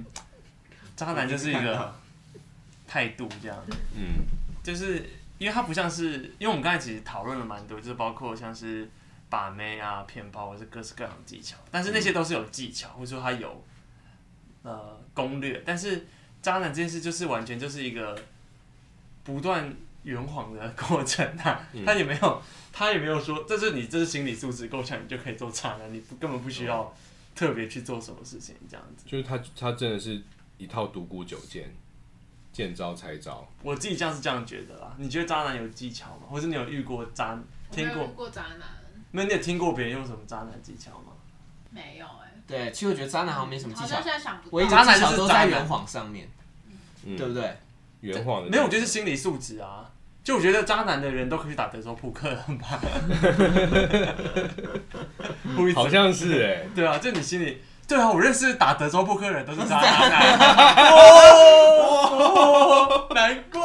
Speaker 1: 渣男就是一个态度这样。
Speaker 2: 嗯，
Speaker 1: 就是因为它不像是，因为我们刚才其实讨论了蛮多，就是包括像是把妹啊、骗炮，或是各式各样的技巧，但是那些都是有技巧，或者说它有呃攻略，但是渣男这件事就是完全就是一个不断圆谎的过程啊，他也没有他也没有说，这是你这是心理素质够强，你就可以做渣男，你不根本不需要特别去做什么事情这样子。
Speaker 2: 就是他他真的是一套独孤九剑，见招拆招。
Speaker 1: 我自己这样是这样觉得啦，你觉得渣男有技巧吗？或者你有遇过渣
Speaker 3: 我没
Speaker 1: 听
Speaker 3: 有
Speaker 1: 过
Speaker 3: 遇过渣男，
Speaker 1: 那你有听过别人用什么渣男技巧吗？
Speaker 3: 没有哎、
Speaker 5: 对，其实我觉得渣男好像没什么技
Speaker 3: 好
Speaker 5: 巧
Speaker 3: 像现，在想不
Speaker 5: 唯一的
Speaker 3: 到。
Speaker 1: 渣男
Speaker 5: 技
Speaker 1: 就是
Speaker 5: 巧都
Speaker 1: 渣
Speaker 5: 在
Speaker 1: 男
Speaker 5: 圆谎上面，
Speaker 2: 嗯，
Speaker 5: 对不对？
Speaker 2: 圆谎的
Speaker 1: 没有，我觉得是心理素质啊。就我觉得渣男的人都可以去打德州扑克 吧，故意
Speaker 2: 好像是哎、
Speaker 1: 对啊，就你心里对啊，我认识打德州扑克的人都是渣男，哦， 难怪，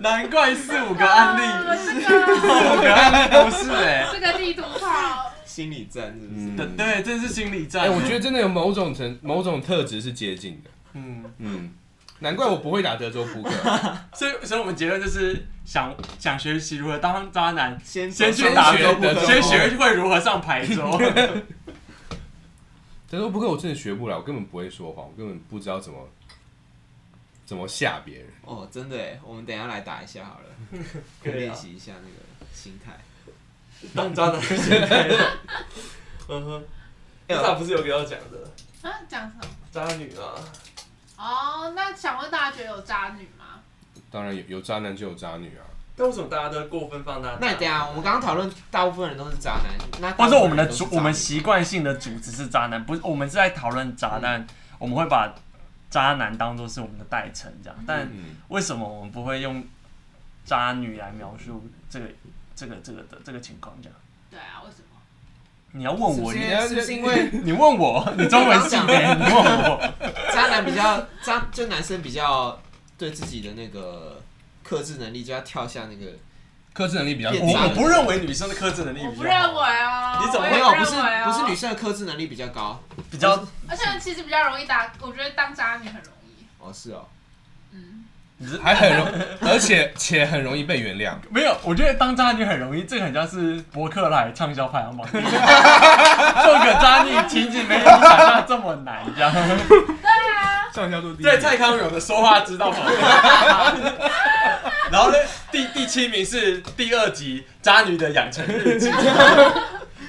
Speaker 1: 难怪四五个案 例，
Speaker 3: 这
Speaker 1: 四
Speaker 3: 个
Speaker 1: 五个案例都是哎、
Speaker 3: 这个地图炮，
Speaker 5: 心理战是不是？
Speaker 2: 嗯，
Speaker 1: 对对，这是心理战。
Speaker 2: 哎、我觉得真的有某种成某种特质是接近的，
Speaker 1: 嗯。
Speaker 2: 嗯，难怪我不会打德州扑克，
Speaker 1: 所以，所以我们结论就是想想学习如何当渣男，
Speaker 5: 先
Speaker 1: 先去
Speaker 5: 先
Speaker 1: 打
Speaker 5: 学
Speaker 1: 德州
Speaker 5: 德 州
Speaker 1: 先学会如何上牌 桌。
Speaker 2: 德州扑克我真的学不来，我根本不会说谎，我根本不知道怎么怎么吓别人。
Speaker 4: 哦，真的耶，我们等一下来打一下好了，可以练习一下那个心态。
Speaker 1: 当渣男 先开始。嗯哼，
Speaker 4: 哎呦
Speaker 1: 那不是有给我讲的
Speaker 3: 啊，讲什么？
Speaker 1: 渣女啊？
Speaker 3: 哦，那想问大家觉得有渣女吗？
Speaker 2: 当然有有渣男就有渣女啊，
Speaker 1: 但为什么大家都过分放大？
Speaker 5: 那你等一下，我们刚刚讨论大部分人都是渣男，那
Speaker 1: 或者我们的主
Speaker 5: 主，，
Speaker 1: 我们习惯性的主旨是渣男，不是我们是在讨论渣，但我们会把渣男当做是我们的代称这样。但
Speaker 2: 嗯，
Speaker 1: 为什么我们不会用渣女来描述这个这个这个的这个情况这样？
Speaker 3: 对啊，为什么？
Speaker 1: 你要问我，
Speaker 5: 是
Speaker 1: 你
Speaker 5: 因为是不是因为
Speaker 1: 你问我，你中文系的，你问我，
Speaker 5: 渣男比较渣，就男生比较对自己的那个克制能力就要跳下那个，
Speaker 2: 克制能力比较
Speaker 5: 变
Speaker 2: 低
Speaker 1: 我
Speaker 5: 渣
Speaker 1: 我
Speaker 5: 了
Speaker 1: 不认为女生的克制能力
Speaker 3: 我
Speaker 1: 比
Speaker 3: 不
Speaker 1: 较
Speaker 3: 认为
Speaker 1: 好，
Speaker 3: 哦，
Speaker 1: 你怎么
Speaker 3: 我
Speaker 1: 会
Speaker 5: 没
Speaker 3: 也
Speaker 5: 有，不是
Speaker 3: 认为哦
Speaker 5: 不是女，生的克制能力比较高，
Speaker 1: 比较，
Speaker 3: 而且其实比较容易打，我觉得当渣女很容易。
Speaker 5: 哦是哦，
Speaker 3: 嗯，
Speaker 2: 还很容， 而且且很容易被原谅。
Speaker 1: 没有，我觉得当渣女很容易，这个很像是博客来畅销排行 榜，做个渣女情景没有你想象这么难，这样。
Speaker 3: 对啊，
Speaker 2: 上下做第
Speaker 1: 对蔡康永的说话之道宝 典。然后呢，第第七名是第二集《渣女的养成日记》，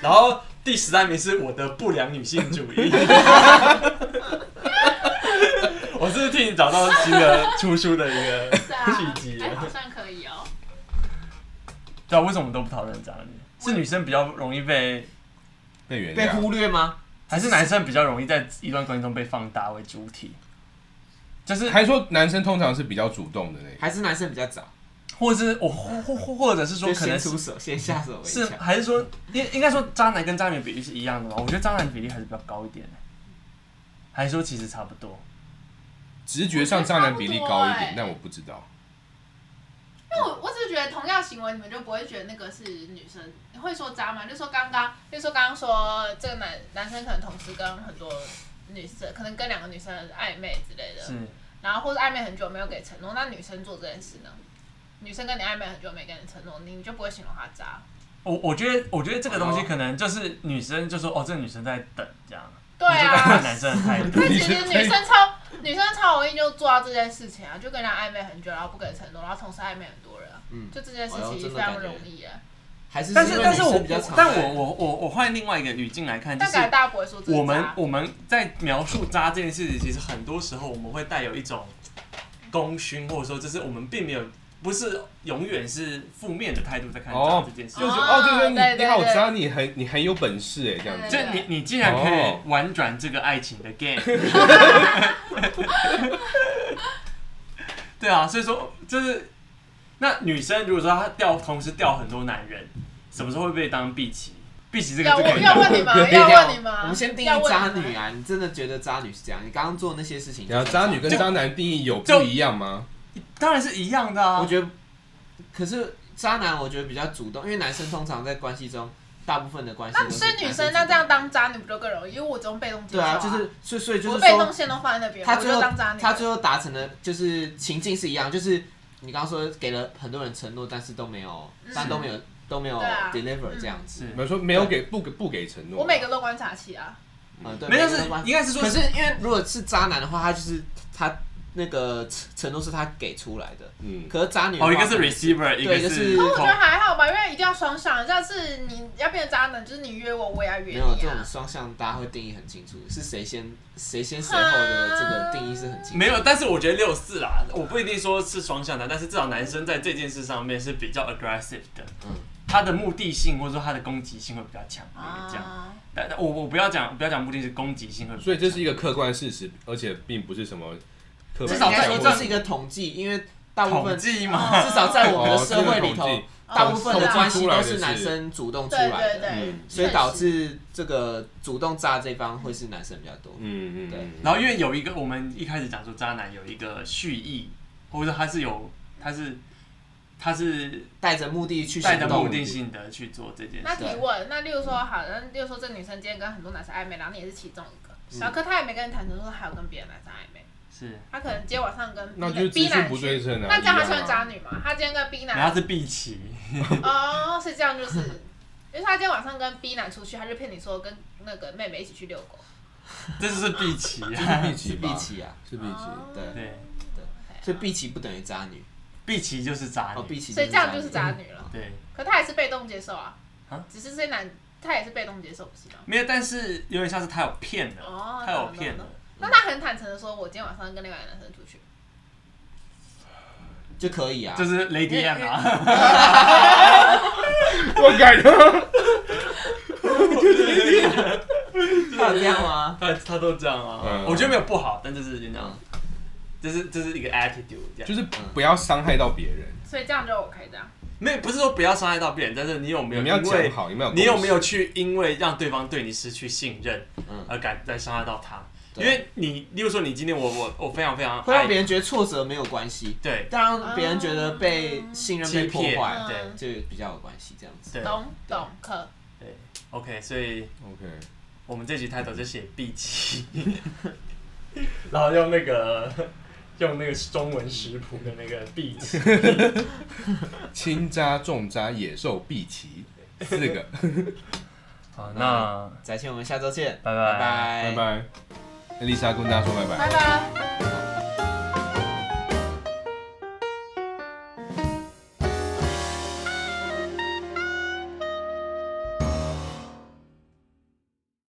Speaker 1: 然后第十三名是我的不良女性主 义。我是不是替你找到新的出书的一个
Speaker 3: 是啊
Speaker 1: 契机，
Speaker 3: 哎，
Speaker 1: 了
Speaker 3: 好。像可以哦。
Speaker 1: 对啊，为什么我们都不讨论渣女？是女生比较容易被，
Speaker 2: 被原
Speaker 5: 被
Speaker 2: 谅，
Speaker 5: 忽略吗？
Speaker 1: 还是男生比较容易在一段关系中被放大为主体？就是
Speaker 2: 还说男生通常是比较主动的那个，
Speaker 5: 还是男生比较早，
Speaker 1: 或者是我或或或或者是说
Speaker 5: 就
Speaker 1: 可能
Speaker 5: 先
Speaker 1: 是
Speaker 5: 出手，先下手为
Speaker 1: 是
Speaker 5: 强。
Speaker 1: 还是说应应该说渣男跟渣女比例是一样的吗？我觉得渣男比例还是比较高一点、还是说其实差不多？
Speaker 2: 直觉上渣男比例高一
Speaker 3: 我觉得差不多
Speaker 2: 点
Speaker 3: 欸，
Speaker 2: 但我不知道。
Speaker 3: 因为我行为，你们就不会觉得那个是女生会说渣吗？就说刚刚，就说刚刚说这个男男生可能同时跟很多女生，可能跟两个女生暧昧之类的，
Speaker 1: 是
Speaker 3: 然后或者暧昧很久没有给承诺，那女生做这件事呢？女生跟你暧昧很久没给你承诺，你就不会形容她渣。
Speaker 6: 我我觉得我觉得这个东西可能就是女生就说哦，这个女生在等这样，
Speaker 3: 对
Speaker 6: 我就看
Speaker 3: 啊，
Speaker 6: 男生的态 度。
Speaker 3: 但其实女生超女生超容易就做到这件事情啊，就跟人家暧昧很久，然后不给承诺，然后同时暧昧很多人啊，
Speaker 4: 嗯
Speaker 3: 就这件事
Speaker 4: 哎呦
Speaker 3: 情
Speaker 4: 真的
Speaker 3: 非常
Speaker 4: 感觉
Speaker 3: 容易啊。
Speaker 4: 还是
Speaker 6: 但
Speaker 4: 是
Speaker 6: 是
Speaker 4: 因为
Speaker 6: 但是
Speaker 4: 女
Speaker 6: 我
Speaker 4: 生比较常
Speaker 6: 但
Speaker 4: 在
Speaker 6: 我我我我换另外一个语境来看，就
Speaker 3: 但
Speaker 6: 是
Speaker 3: 感觉大家不会说这是
Speaker 6: 我们
Speaker 3: 渣
Speaker 1: 我们在描述渣这件事情，其实很多时候我们会带有一种功勋，或者说就是我们并没有不是永远是负面的态度在看渣这件事。
Speaker 2: 就是
Speaker 3: 哦
Speaker 2: 哦，就是你
Speaker 3: 对对
Speaker 2: 你好
Speaker 3: 对
Speaker 2: 渣，你很你很有本事哎，这样
Speaker 1: 就
Speaker 2: 子
Speaker 3: 对。
Speaker 1: 是你，你竟然可
Speaker 2: 哦
Speaker 1: 以玩转这个爱情的 game，对啊，所以说就是那女生如果说她掉同时掉很多男人，什么时候会被当碧琪？碧琪这个
Speaker 3: 要
Speaker 1: 这个
Speaker 3: 问
Speaker 1: 很
Speaker 3: 要问你
Speaker 5: 等
Speaker 3: 们，
Speaker 5: 一下
Speaker 3: 要问你们，
Speaker 5: 啊
Speaker 3: 啊
Speaker 5: 我们先定
Speaker 3: 要
Speaker 5: 义
Speaker 3: 问
Speaker 5: 渣
Speaker 3: 你们
Speaker 5: 女。啊！你真的觉得渣女是这样？你刚刚做那些事情，
Speaker 2: 然后渣女跟
Speaker 5: 就
Speaker 2: 渣男定义有
Speaker 1: 就
Speaker 2: 不一样吗？
Speaker 1: 当然是一样的啊
Speaker 5: 我。觉得，可是渣男我觉得比较主动，因为男生通常在关系中，大部分的关系
Speaker 3: 那
Speaker 5: 都
Speaker 3: 你
Speaker 5: 是
Speaker 3: 是女
Speaker 5: 男
Speaker 3: 生，
Speaker 5: 主
Speaker 3: 那
Speaker 5: 动
Speaker 3: 这样当渣女不就更容易？因为我只用被动接
Speaker 5: 对
Speaker 3: 受
Speaker 5: 啊，就是所以所以就
Speaker 3: 我
Speaker 5: 是
Speaker 3: 被动
Speaker 5: 说，
Speaker 3: 线都放在那边，
Speaker 5: 他
Speaker 3: 我
Speaker 5: 最
Speaker 3: 就
Speaker 5: 后
Speaker 3: 当渣女。
Speaker 5: 他最后达成的就是情境是一样，就是你刚刚说给了很多人承诺，但是都没有，
Speaker 3: 嗯
Speaker 5: 但都没有都没有
Speaker 3: 对啊
Speaker 5: deliver
Speaker 3: 嗯
Speaker 5: 这样子
Speaker 1: 是，
Speaker 2: 比如说没有给不给不给承诺。
Speaker 3: 我每个都观察期啊，
Speaker 5: 嗯，对，
Speaker 1: 没有
Speaker 5: 每
Speaker 1: 是
Speaker 5: 个都关
Speaker 1: 应该是说
Speaker 5: 可是因为如果是渣男的话，他就是他那个承承诺是他给出来的，
Speaker 2: 嗯，
Speaker 5: 可是渣女的话
Speaker 1: 哦，一个是 receiver，一个
Speaker 5: 对就是
Speaker 1: 是
Speaker 3: 可我觉
Speaker 1: 投
Speaker 3: 得还好吧，因为一定要双向。下次你要变渣男，就是你约我，我也要
Speaker 5: 没
Speaker 3: 约
Speaker 5: 有这
Speaker 3: 你
Speaker 5: 种
Speaker 3: 啊。
Speaker 5: 双向，大家会定义很清楚，是谁先谁先谁后的这个定义是很清楚。
Speaker 1: 没有，但是我觉得六四啦，我不一定说是双向的，但是至少男生在这件事上面是比较 aggressive 的，
Speaker 5: 嗯
Speaker 1: 他的目的性或者说他的攻击性会比较强烈，这样。
Speaker 3: 啊，
Speaker 1: 但但我我不要讲不要讲目的是攻击性会比较强，
Speaker 2: 所以这是一个客观事实，而且并不是什么客
Speaker 5: 至
Speaker 2: 观
Speaker 5: 少
Speaker 1: 在
Speaker 5: 在
Speaker 1: 我
Speaker 5: 我
Speaker 1: 这
Speaker 5: 这是一个统计，因为大部
Speaker 1: 统
Speaker 5: 分至啊
Speaker 1: 计嘛。
Speaker 5: 少在我们的
Speaker 2: 哦，
Speaker 5: 社会里
Speaker 2: 这
Speaker 5: 头
Speaker 2: 个，
Speaker 5: 大部分的关系
Speaker 2: 统
Speaker 5: 都
Speaker 2: 计
Speaker 5: 是
Speaker 2: 出来
Speaker 5: 男
Speaker 2: 的是
Speaker 5: 生主动出
Speaker 3: 对
Speaker 5: 来
Speaker 3: 对
Speaker 5: 的，
Speaker 3: 对
Speaker 2: 嗯，
Speaker 5: 所以导
Speaker 3: 确实
Speaker 5: 致这个主动渣这一方会是男生比较多。
Speaker 2: 嗯嗯
Speaker 5: 对
Speaker 2: 嗯，
Speaker 1: 然后因为有一个我们一开始讲说渣男有一个蓄意，或者说他是有他是他是
Speaker 5: 带着目的去
Speaker 1: 带
Speaker 5: 行
Speaker 1: 着
Speaker 5: 动，
Speaker 1: 目的性的去做这件
Speaker 3: 那
Speaker 1: 事，
Speaker 5: 啊
Speaker 3: 提问，那例如说，好，那例如说，这女生今天跟很多男生暧昧，然后你也是其中一个，
Speaker 5: 嗯
Speaker 3: 然后可她也没跟你坦诚说还有跟别的男生暧昧，
Speaker 1: 是
Speaker 3: 她可能今天晚上跟 B
Speaker 2: 那就是资
Speaker 3: B
Speaker 2: 讯
Speaker 3: 男
Speaker 2: 不
Speaker 3: 去，
Speaker 2: 对称啊。
Speaker 3: 那这样她
Speaker 2: 一
Speaker 3: 算
Speaker 2: 啊
Speaker 3: 渣女吗？她今天跟 B
Speaker 1: 然后
Speaker 3: 男
Speaker 1: 他，是碧琪，
Speaker 3: 哦，是这样，就是，因为她今天晚上跟 B 男出去，她就骗你说跟那个妹妹一起去遛狗，
Speaker 1: 这就是碧琪啊，
Speaker 2: 是碧琪
Speaker 5: 是碧
Speaker 2: 吧？
Speaker 5: 琪啊，
Speaker 2: 是碧
Speaker 3: 哦
Speaker 2: 琪。
Speaker 5: 对
Speaker 1: 对，
Speaker 5: 所以碧琪不等于渣女
Speaker 1: 碧琪就是渣
Speaker 5: 哦，
Speaker 1: 女，
Speaker 5: 碧琪
Speaker 3: 啊所以这样就是
Speaker 5: 女
Speaker 3: 渣女了。
Speaker 1: 对。
Speaker 3: 可她也是被动接受啊
Speaker 1: 啊，
Speaker 3: 只是这些男，她也是被动接受，不是吗？
Speaker 1: 没有，但是有点像是他有骗的，
Speaker 3: 哦
Speaker 1: 他有骗
Speaker 3: 懂
Speaker 1: 的
Speaker 3: 懂，那她很坦诚的说，我今天晚上跟另外一个男生出去，
Speaker 5: 就可以啊
Speaker 1: 就，是 Lady M 啊，
Speaker 2: 我改了。
Speaker 5: 他有这样吗？
Speaker 1: 他他都这样啊
Speaker 2: 嗯，
Speaker 1: 我觉得没有不好，但就是就那样，就是就是一个 attitude 这样
Speaker 2: 就，是不要伤害到别人，
Speaker 3: 所以这样就 OK 这样。
Speaker 1: 没有不是说不要伤害到别人，但是你有没
Speaker 2: 你
Speaker 1: 有
Speaker 2: 们要
Speaker 1: 因为
Speaker 2: 讲好，你们要
Speaker 1: 你有没有
Speaker 2: 共识？
Speaker 1: 去因为让对方对你失去信任
Speaker 5: 嗯，
Speaker 1: 而敢再伤害到他？因
Speaker 5: 对
Speaker 1: 为你，例如说你今天我我我非常非常
Speaker 5: 会让别
Speaker 1: 爱
Speaker 5: 人觉得挫折没有关系，
Speaker 1: 对
Speaker 5: 但让别人觉得被
Speaker 3: 哦
Speaker 5: 信任被
Speaker 1: 欺
Speaker 5: 破
Speaker 1: 骗，
Speaker 3: 嗯
Speaker 5: 坏，
Speaker 1: 对
Speaker 5: 就比较有关系这样子。
Speaker 1: 对
Speaker 3: 懂懂可，
Speaker 1: 对，OK，所以
Speaker 2: OK，
Speaker 1: 我们这集抬头就写 B 级，然后用那个用那个中文食谱的那个 B 级，
Speaker 2: 轻渣、重渣、野兽、碧琪，四 个，
Speaker 1: 好，
Speaker 5: 那再见，我们下周见，
Speaker 1: 拜拜
Speaker 5: 拜
Speaker 2: 拜拜。丽莎跟大家说拜拜
Speaker 3: 拜。拜。
Speaker 5: 拜